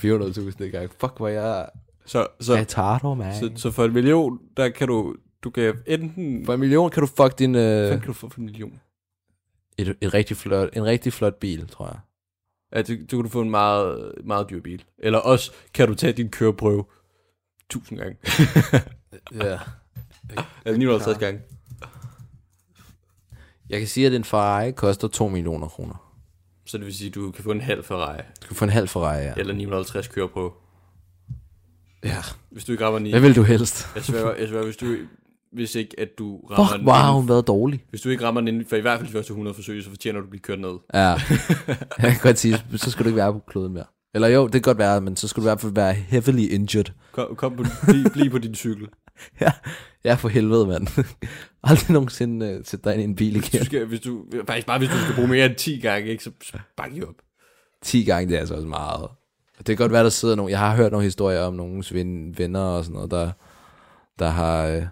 Speaker 3: 400.000 gange. Fuck, hvor jeg
Speaker 2: Så, så,
Speaker 3: er tardo, man.
Speaker 2: så, så for en million, der kan du, du kan enten...
Speaker 3: For en million kan du fuck din... Øh,
Speaker 2: Hvad kan du få for en million?
Speaker 3: et, et rigtig flot, en rigtig flot bil, tror jeg.
Speaker 2: Ja, du, du kan du få en meget, meget dyr bil. Eller også kan du tage din køreprøve 1000 gange.
Speaker 3: Ja.
Speaker 2: Eller 950 gange.
Speaker 3: Jeg kan sige, at en Ferrari koster 2 millioner kroner.
Speaker 2: Så det vil sige, at du kan få en halv Ferrari.
Speaker 3: Du kan få en halv Ferrari, ja.
Speaker 2: Eller 950 køreprøve.
Speaker 3: ja.
Speaker 2: Hvis du ikke rammer 9.
Speaker 3: Hvad vil du helst?
Speaker 2: Jeg sværger, jeg sværger, hvis du hvis ikke, at du rammer
Speaker 3: Fuck,
Speaker 2: den
Speaker 3: hvor har
Speaker 2: inden-
Speaker 3: hun været dårlig.
Speaker 2: Hvis du ikke rammer den inden for i hvert fald de første 100 forsøg, så fortjener du at blive kørt ned.
Speaker 3: Ja. Jeg kan godt sige, så skal du ikke være på kloden mere. Eller jo, det kan godt være, men så skal du i hvert fald være heavily injured.
Speaker 2: Kom, kom på, bliv, bliv på din cykel.
Speaker 3: Ja, ja for helvede, mand. Aldrig nogensinde uh, sætte dig ind i en bil
Speaker 2: Hvis du
Speaker 3: igen.
Speaker 2: skal, hvis du, faktisk bare hvis du skal bruge mere end 10 gange, ikke, så så bank lige op.
Speaker 3: 10 gange, det er altså også meget. Og Det kan godt være, der sidder nogen... Jeg har hørt nogle historier om nogens ven, venner og sådan noget, der, der har, øh,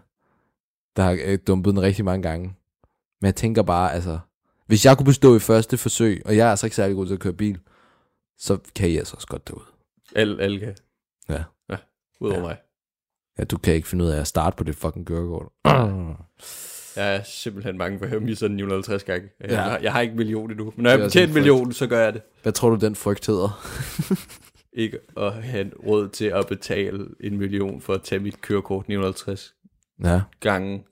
Speaker 3: der har øh, dumpet den rigtig mange gange. Men jeg tænker bare, altså... Hvis jeg kunne bestå i første forsøg, og jeg er altså ikke særlig god til at køre bil, så kan I altså også godt derude.
Speaker 2: Alle, alle kan.
Speaker 3: Ja.
Speaker 2: ja. Udover ja. mig.
Speaker 3: Ja, du kan ikke finde ud af at starte på det fucking kørekort.
Speaker 2: Jeg er simpelthen bange for at have misset den 950 gange. Jeg,
Speaker 3: Ja.
Speaker 2: ja. jeg, har ikke en million endnu. Men når
Speaker 3: Det er
Speaker 2: jeg
Speaker 3: også
Speaker 2: tjener
Speaker 3: en
Speaker 2: en million, så gør jeg det.
Speaker 3: Hvad tror du, den frygt hedder?
Speaker 2: Ikke at have en råd til at betale en million for at tage mit kørekort 950
Speaker 3: Ja,
Speaker 2: gange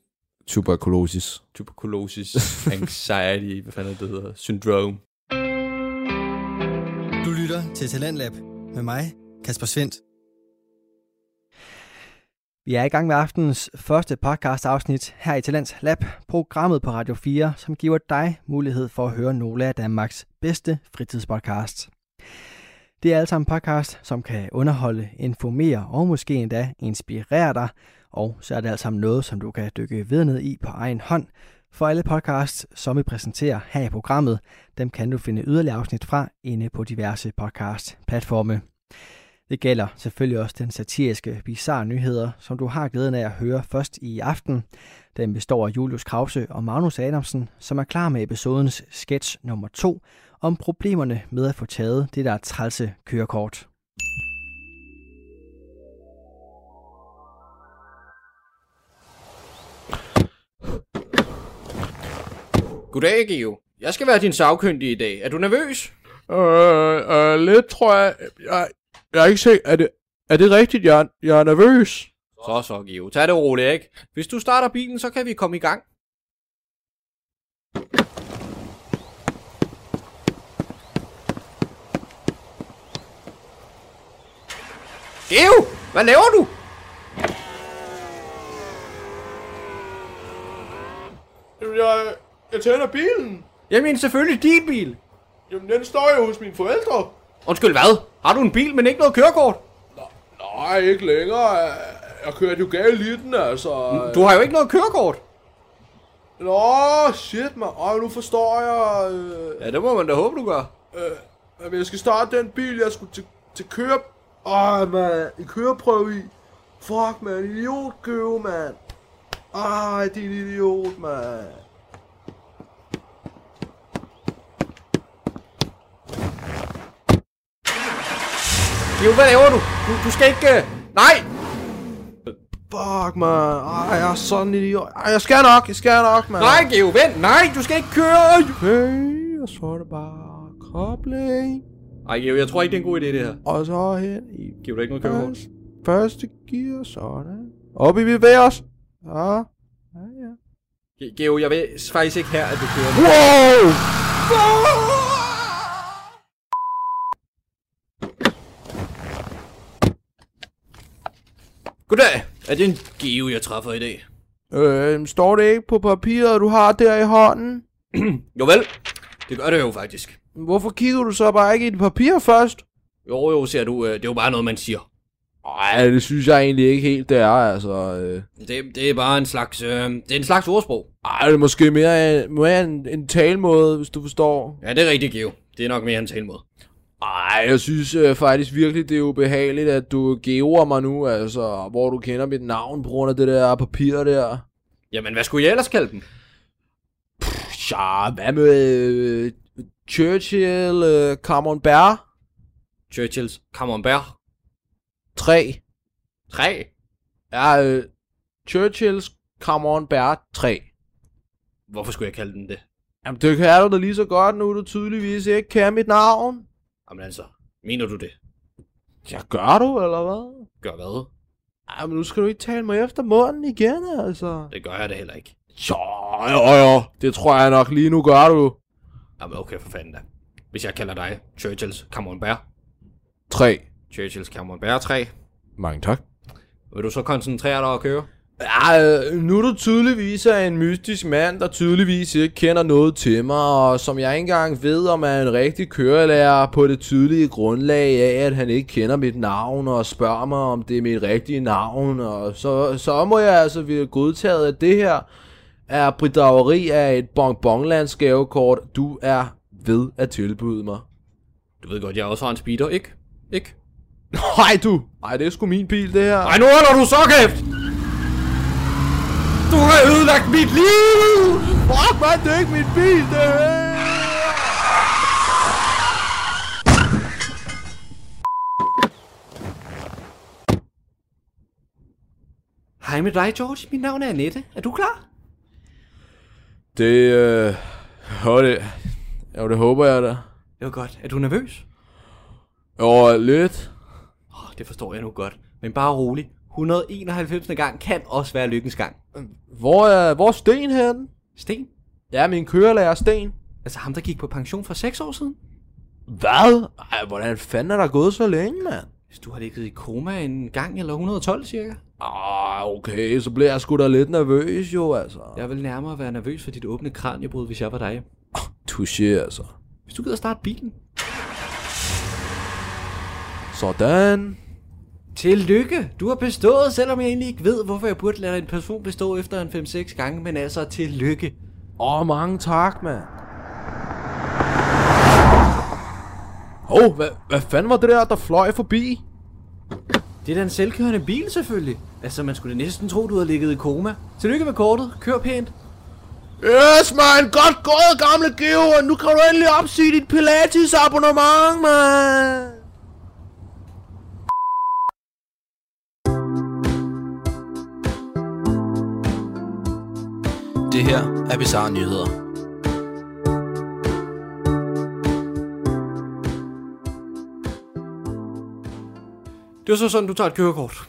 Speaker 3: tuberkulosis.
Speaker 2: tuberkulosis, anxiety, hvad fanden er det det hedder, syndrom.
Speaker 1: Du lytter til Talentlab med mig, Kasper Svendt. Vi er i gang med aftenens første podcast afsnit her i Talents Lab, programmet på Radio 4, som giver dig mulighed for at høre nogle af Danmarks bedste fritidspodcasts. Det er alle sammen podcast, som kan underholde, informere og måske endda inspirere dig, og så er det alt sammen noget, som du kan dykke videre ned i på egen hånd. For alle podcasts, som vi præsenterer her i programmet, dem kan du finde yderligere afsnit fra inde på diverse podcast-platforme. Det gælder selvfølgelig også den satiriske bizarre nyheder, som du har glæden af at høre først i aften. Den består af Julius Krause og Magnus Adamsen, som er klar med episodens sketch nummer 2 om problemerne med at få taget det der trælse kørekort.
Speaker 2: Goddag, Geo. Jeg skal være din sagkyndige i dag. Er du nervøs?
Speaker 7: Øh, øh, lidt tror jeg... Jeg, jeg har ikke set... Er det,
Speaker 3: Er det rigtigt? Jeg, er- jeg er nervøs.
Speaker 2: Så, så, Gio. Tag det roligt, ikke? Hvis du starter bilen, så kan vi komme i gang. Geo! Hvad laver du?
Speaker 3: Jamen, jeg, jeg tænder bilen.
Speaker 2: Jeg mener selvfølgelig din bil.
Speaker 3: Jamen, den står jo hos mine forældre.
Speaker 2: Undskyld hvad? Har du en bil, men ikke noget kørekort?
Speaker 3: Nej, ikke længere. Øh, Jeg kørte jo galt i den, altså.
Speaker 2: Du har jo ikke noget kørekort.
Speaker 3: Nå, shit, man. Ej, nu forstår jeg. Øh,
Speaker 2: Ja, det må man da håbe, du gør.
Speaker 3: Jamen, jeg skal starte den bil, jeg skulle til, til køre... Ej, mand, i køreprøve i. Fuck, mand, idiot købe, mand. Ej, din idiot, mand.
Speaker 2: Gio, hvad laver du? Du, du skal ikke... øh, Nej!
Speaker 3: Fuck, mand. Ej, jeg er sådan en idiot. Ej, jeg skal nok, jeg skal nok, mand.
Speaker 2: Nej, Geo, vent! Nej, du skal ikke køre!
Speaker 3: Okay, og så er det bare kobling.
Speaker 2: Ej, Geo, jeg tror ikke, det er en god idé, det her.
Speaker 3: Og så hen i
Speaker 2: Giver du ikke noget kørekort?
Speaker 3: første, første gear, sådan. Op i vi ved os. Ja. Ja, ja.
Speaker 2: Ge- Geo, jeg ved faktisk ikke her, at du kører.
Speaker 3: Wow!
Speaker 2: Goddag! Er det en Geo, jeg træffer i dag?
Speaker 3: Øhm, står det ikke på papiret, du har der i hånden?
Speaker 2: Jo vel, det gør det jo faktisk.
Speaker 3: Hvorfor kigger du så bare ikke i det papir først?
Speaker 2: Jo jo, ser du, øh, det er jo bare noget, man siger.
Speaker 3: Nej, det synes jeg egentlig ikke helt, det er, altså. Øh.
Speaker 2: Det, det er bare en slags, øh, det er en slags ordsprog.
Speaker 3: Ej, det er måske mere, mere en, en talemåde, hvis du forstår.
Speaker 2: Ja, det er rigtigt, Geo. Det er nok mere en talmåde.
Speaker 3: Ej, jeg synes øh, faktisk virkelig, det er ubehageligt, at du gever mig nu, altså, hvor du kender mit navn på grund af det der papir der.
Speaker 2: Jamen, hvad skulle jeg ellers kalde dem?
Speaker 3: Tja, hvad med øh, Churchill, øh, Cameron Bær?
Speaker 2: Churchills Camembert
Speaker 3: 3.
Speaker 2: 3.
Speaker 3: Ja, øh, Churchills Cameron Bær 3.
Speaker 2: Hvorfor skulle jeg kalde dem det?
Speaker 3: Jamen, det kan du da lige så godt nu, du tydeligvis ikke kan mit navn.
Speaker 2: Jamen altså, mener du det?
Speaker 3: Ja, gør du, eller hvad?
Speaker 2: Gør hvad?
Speaker 3: Ej, men nu skal du ikke tale mig efter munden igen, altså.
Speaker 2: Det gør jeg da heller ikke.
Speaker 3: Jo, jo, jo. Det tror jeg nok lige nu gør du.
Speaker 2: Jamen okay, for fanden da. Hvis jeg kalder dig Churchills Camembert,
Speaker 3: 3.
Speaker 2: Churchills Camembert 3,
Speaker 3: Mange tak.
Speaker 2: vil du så koncentrere dig og køre?
Speaker 3: Ja, øh, nu er du tydeligvis er en mystisk mand, der tydeligvis ikke kender noget til mig, og som jeg ikke engang ved, om er en rigtig kørelærer på det tydelige grundlag af, at han ikke kender mit navn og spørger mig, om det er mit rigtige navn, og så, så må jeg altså blive godtaget, at det her er bedrageri af et bonbonlandsgavekort, du er ved at tilbyde mig.
Speaker 2: Du ved godt, jeg også har en speeder, ikke? Ikke?
Speaker 3: Nej du! Nej, det er sgu min bil, det her.
Speaker 2: Ej, nu holder du så kæft! Du har ødelagt mit liv!
Speaker 3: Fuck, man, det er ikke min bil, det her!
Speaker 2: Hej med dig, George. Mit navn er Annette. Er du klar?
Speaker 3: Det, øh... Jo, det... Jo, det håber jeg da.
Speaker 2: Det var godt. Er du nervøs?
Speaker 3: Jo, lidt.
Speaker 2: Oh, det forstår jeg nu godt. Men bare rolig. 191. gang kan også være lykkens gang.
Speaker 3: Hvor er, hvor er Sten henne?
Speaker 2: Sten?
Speaker 3: Ja, min kørelærer Sten.
Speaker 2: Altså ham, der gik på pension for 6 år siden?
Speaker 3: Hvad? Ej, hvordan fanden er der gået så længe, mand?
Speaker 2: Hvis du har ligget i koma en gang eller 112 cirka.
Speaker 3: Ah, okay, så bliver jeg sgu da lidt nervøs jo, altså. Ja.
Speaker 2: Jeg vil nærmere være nervøs for dit åbne kranjebrud, hvis jeg var dig.
Speaker 3: Touché, altså.
Speaker 2: Hvis du gider starte bilen.
Speaker 3: Sådan.
Speaker 2: Tillykke! Du har bestået, selvom jeg egentlig ikke ved, hvorfor jeg burde lade en person bestå efter en 5-6 gange, men altså tillykke.
Speaker 3: Åh, oh, mange tak, mand. Åh, oh, hvad, hvad fanden var det der, der fløj forbi?
Speaker 2: Det er da en selvkørende bil selvfølgelig. Altså, man skulle da næsten tro, du havde ligget i koma. Tillykke med kortet. Kør pænt.
Speaker 3: Yes, man! Godt gået, gamle Geo! Nu kan du endelig opsige dit Pilates-abonnement, man!
Speaker 11: Det her er Bizarre Nyheder.
Speaker 2: Det er så sådan, du tager et kørekort.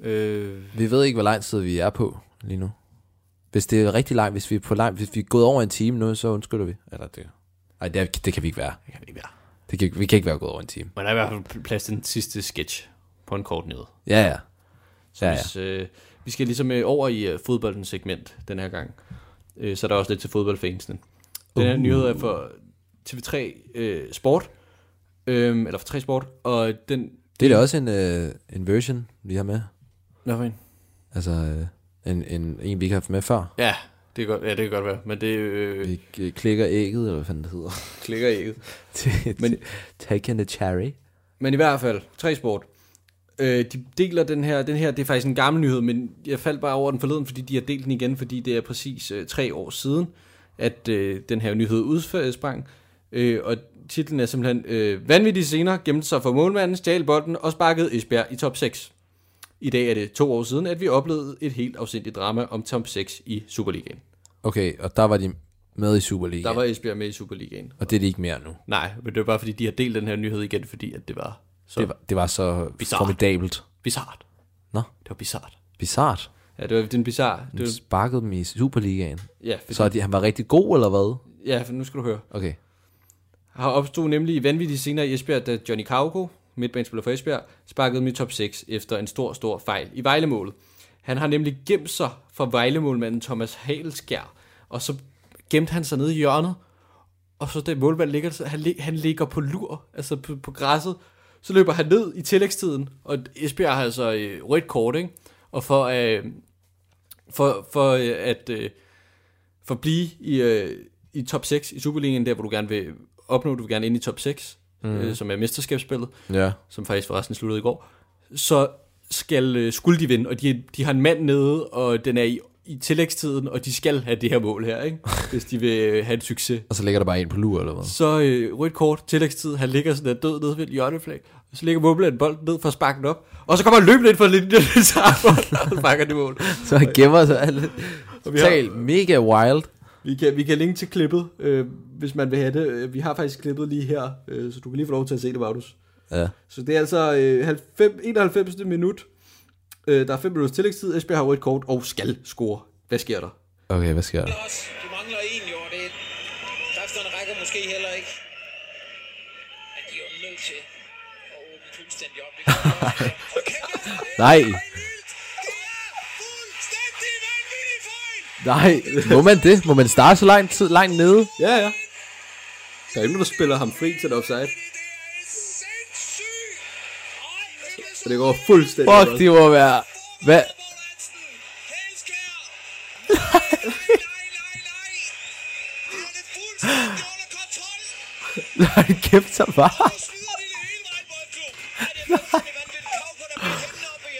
Speaker 2: Øh,
Speaker 3: Vi ved ikke, hvor lang tid vi er på lige nu. Hvis det er rigtig langt, hvis vi er på langt, hvis vi er gået over en time nu, så undskylder vi. Eller det. Nej, det, er- det kan vi ikke være.
Speaker 2: det kan det ikke være.
Speaker 3: Det kan, vi kan ikke være gået over en time.
Speaker 2: Men der er i hvert fald plads til den sidste sketch på en kort nede.
Speaker 3: Ja, ja.
Speaker 2: Så
Speaker 3: Ja,
Speaker 2: ja,
Speaker 3: ja.
Speaker 2: ja. Hvis, øh, vi skal ligesom øh, over i øh, fodboldens segment den her gang. Øh, så er der også lidt til fodboldfansene. Den her uh. nyhed er for TV3 øh, Sport. Øh, eller for 3 Sport. Og den...
Speaker 3: Det er da også en, øh, en version, vi har med.
Speaker 2: Hvad for en?
Speaker 3: Altså øh, en, en, en, vi ikke har haft med før.
Speaker 2: Ja, det kan godt, ja, det kan godt være. Men det... Øh,
Speaker 3: Vi øh, klikker ægget, eller hvad fanden det hedder.
Speaker 2: klikker ikke.
Speaker 3: Men,
Speaker 2: Men-
Speaker 3: Take in the cherry.
Speaker 2: Men i hvert fald, tre sport. Øh, de deler den her, den her, det er faktisk en gammel nyhed, men jeg faldt bare over den forleden, fordi de har delt den igen, fordi det er præcis øh, tre år siden, at øh, den her nyhed udsprang. Øh, og titlen er simpelthen, øh, vanvittige scener gemte sig for målmanden, stjal bolden og sparkede Esbjerg i top 6. I dag er det to år siden, at vi oplevede et helt afsindigt drama om top 6 i Superligaen.
Speaker 3: Okay, og der var de med i Superliga.
Speaker 2: Der var Esbjerg med i Superligaen.
Speaker 3: Og det er de ikke mere nu.
Speaker 2: Nej, men det var bare fordi, de har delt den her nyhed igen, fordi at det var så
Speaker 3: Det var, det var så
Speaker 2: Bizarre.
Speaker 3: formidabelt.
Speaker 2: bizart.
Speaker 3: Nå.
Speaker 2: Det var bizart.
Speaker 3: Bizart.
Speaker 2: Ja, det var den bizarre. Det
Speaker 3: Du
Speaker 2: var,
Speaker 3: sparkede dem i Superligaen.
Speaker 2: ja, fordi,
Speaker 3: Så er de, han var rigtig god, eller hvad?
Speaker 2: ja, for nu skal du høre.
Speaker 3: Okay.
Speaker 2: Har opstod nemlig i vanvittige scener i Esbjerg, da Johnny Kauko, midtbanespiller for Esbjerg, sparkede dem i top 6 efter en stor, stor fejl i Vejlemålet. Han har nemlig gemt sig for Vejlemålmanden Thomas Halskjær, og så gemte han sig nede i hjørnet, og så da målmanden ligger, så han, lig- han ligger på lur, altså på, på græsset, så løber han ned i tillægstiden, og Esbjerg har altså øh, rødt kort, ikke? Og for, øh, for, for øh, at... Øh, forblive i, øh, i top 6 i Superligaen, der hvor du gerne vil opnå, du vil gerne ind i top 6, mm. øh, som er mesterskabsspillet,
Speaker 3: Ja.
Speaker 2: som faktisk forresten sluttede i går, så skal, øh, skulle de vinde, og de, de har en mand nede, og den er i, i tillægstiden, og de skal have det her mål her, ikke? hvis de vil øh, have en succes.
Speaker 3: Og så ligger der bare en på lur, eller hvad?
Speaker 2: Så øh, rødt kort, tillægstid, han ligger sådan der død nede ved et hjørneflag, og så ligger Mobile en bold ned for at sparke den op, og så kommer han løbende ind for lidt, så og sparker det mål.
Speaker 3: Så han gemmer sig alt.
Speaker 2: vi har-
Speaker 3: Total mega wild.
Speaker 2: Vi kan, vi kan linke til klippet, øh, hvis man vil have det. Øh, Vi har faktisk klippet lige her, øh, så du kan lige få lov til at se det, Magnus.
Speaker 3: Ja.
Speaker 2: Så det er altså øh, 90, 91. minut. Øh, der er 5 minutters tillægstid. Esbjerg har rødt kort og skal score. Hvad sker der?
Speaker 3: Okay, hvad sker der?
Speaker 12: Du mangler en jo, og det kræfterne rækker måske heller ikke. Men de er jo nødt til at åbne fuldstændig op. Det kan de også. Og kæmpe for det.
Speaker 3: Nej.
Speaker 12: Det er vildt. Det er fuldstændig vanvittigt for
Speaker 3: Nej,
Speaker 12: en.
Speaker 3: må man det? Må man starte så langt, tid, langt nede?
Speaker 2: Ja, ja. Der er ikke nogen, der spiller ham fri til det offside. Så det går fuldstændig
Speaker 3: Fuck, det må være... Hvad? Nej, han gemte sig bare.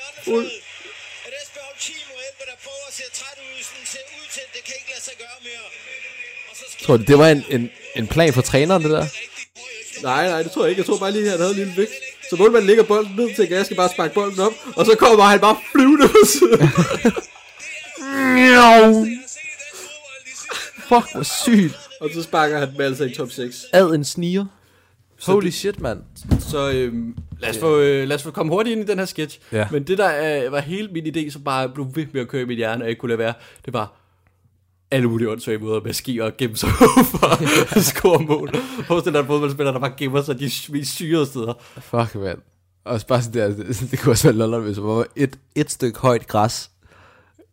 Speaker 12: Og der spørger om Timo Elbe, der prøver at se træt ud, sådan ser ud til, at det kan ikke lade sig gøre mere. Og så
Speaker 3: Tror du, det var en, en, en plan for træneren, det der?
Speaker 2: Nej, nej, det tror jeg ikke. Jeg tror bare lige, at han havde en lille vægt. Så målmanden ligger bolden ned til, at jeg skal bare sparke bolden op. Og så kommer han bare flyvende ud.
Speaker 3: Fuck, hvor sygt.
Speaker 2: og så sparker han med altså i top 6.
Speaker 3: Ad en sniger. Holy shit, mand.
Speaker 2: Så øhm, lad, os få, øh, lad os få komme hurtigt ind i den her sketch.
Speaker 3: Ja.
Speaker 2: Men det, der øh, var hele min idé, som bare blev ved med at køre i min hjerne, og ikke kunne lade være, det var alle mulige åndssvage måder med at ski og gemme sig for at score mål. Hos den der fodboldspiller, der bare gemmer sig de mest syrede steder.
Speaker 3: Fuck, mand. Også bare sådan der, det, det kunne også være lolleren, hvis der var et, et stykke højt græs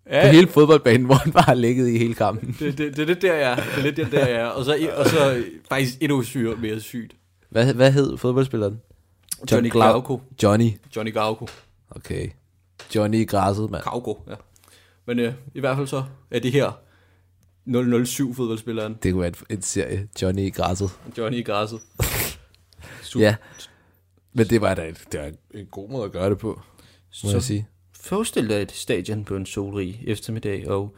Speaker 3: ja. på hele fodboldbanen, hvor han bare har ligget i hele kampen.
Speaker 2: Det, det, det er lidt der, jeg er. Det er lidt der, der jeg er. Og så, og så øh, faktisk endnu syre, mere sygt.
Speaker 3: Hvad, hvad hed fodboldspilleren?
Speaker 2: Johnny
Speaker 3: Glau-
Speaker 2: Glauco.
Speaker 3: Johnny.
Speaker 2: Johnny Gauko.
Speaker 3: Okay. Johnny i græsset, mand.
Speaker 2: Kauko, ja. Men øh, i hvert fald så er det her 007 fodboldspilleren,
Speaker 3: Det kunne være en, en serie. Johnny i græsset.
Speaker 2: Johnny i græsset. Super.
Speaker 3: Ja. Men det var da et, det var en, en god måde at gøre det på, må jeg sige.
Speaker 2: Forestil dig et stadion på en solrig eftermiddag og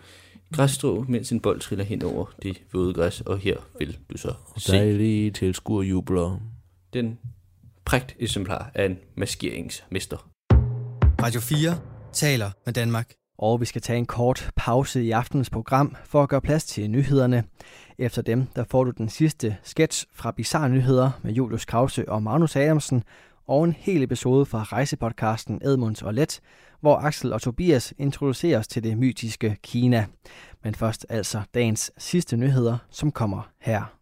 Speaker 2: græsstrå, mens en bold triller hen over det våde græs, og her vil du så se
Speaker 3: Dejlige tilskuer jubler.
Speaker 2: den prægt eksemplar af en maskeringsmester.
Speaker 1: Radio 4 taler med Danmark. Og vi skal tage en kort pause i aftenens program for at gøre plads til nyhederne. Efter dem der får du den sidste sketch fra Bizarre Nyheder med Julius Krause og Magnus Adamsen, og en hel episode fra rejsepodcasten Edmunds og Let, hvor Axel og Tobias introduceres til det mytiske Kina. Men først altså dagens sidste nyheder, som kommer her.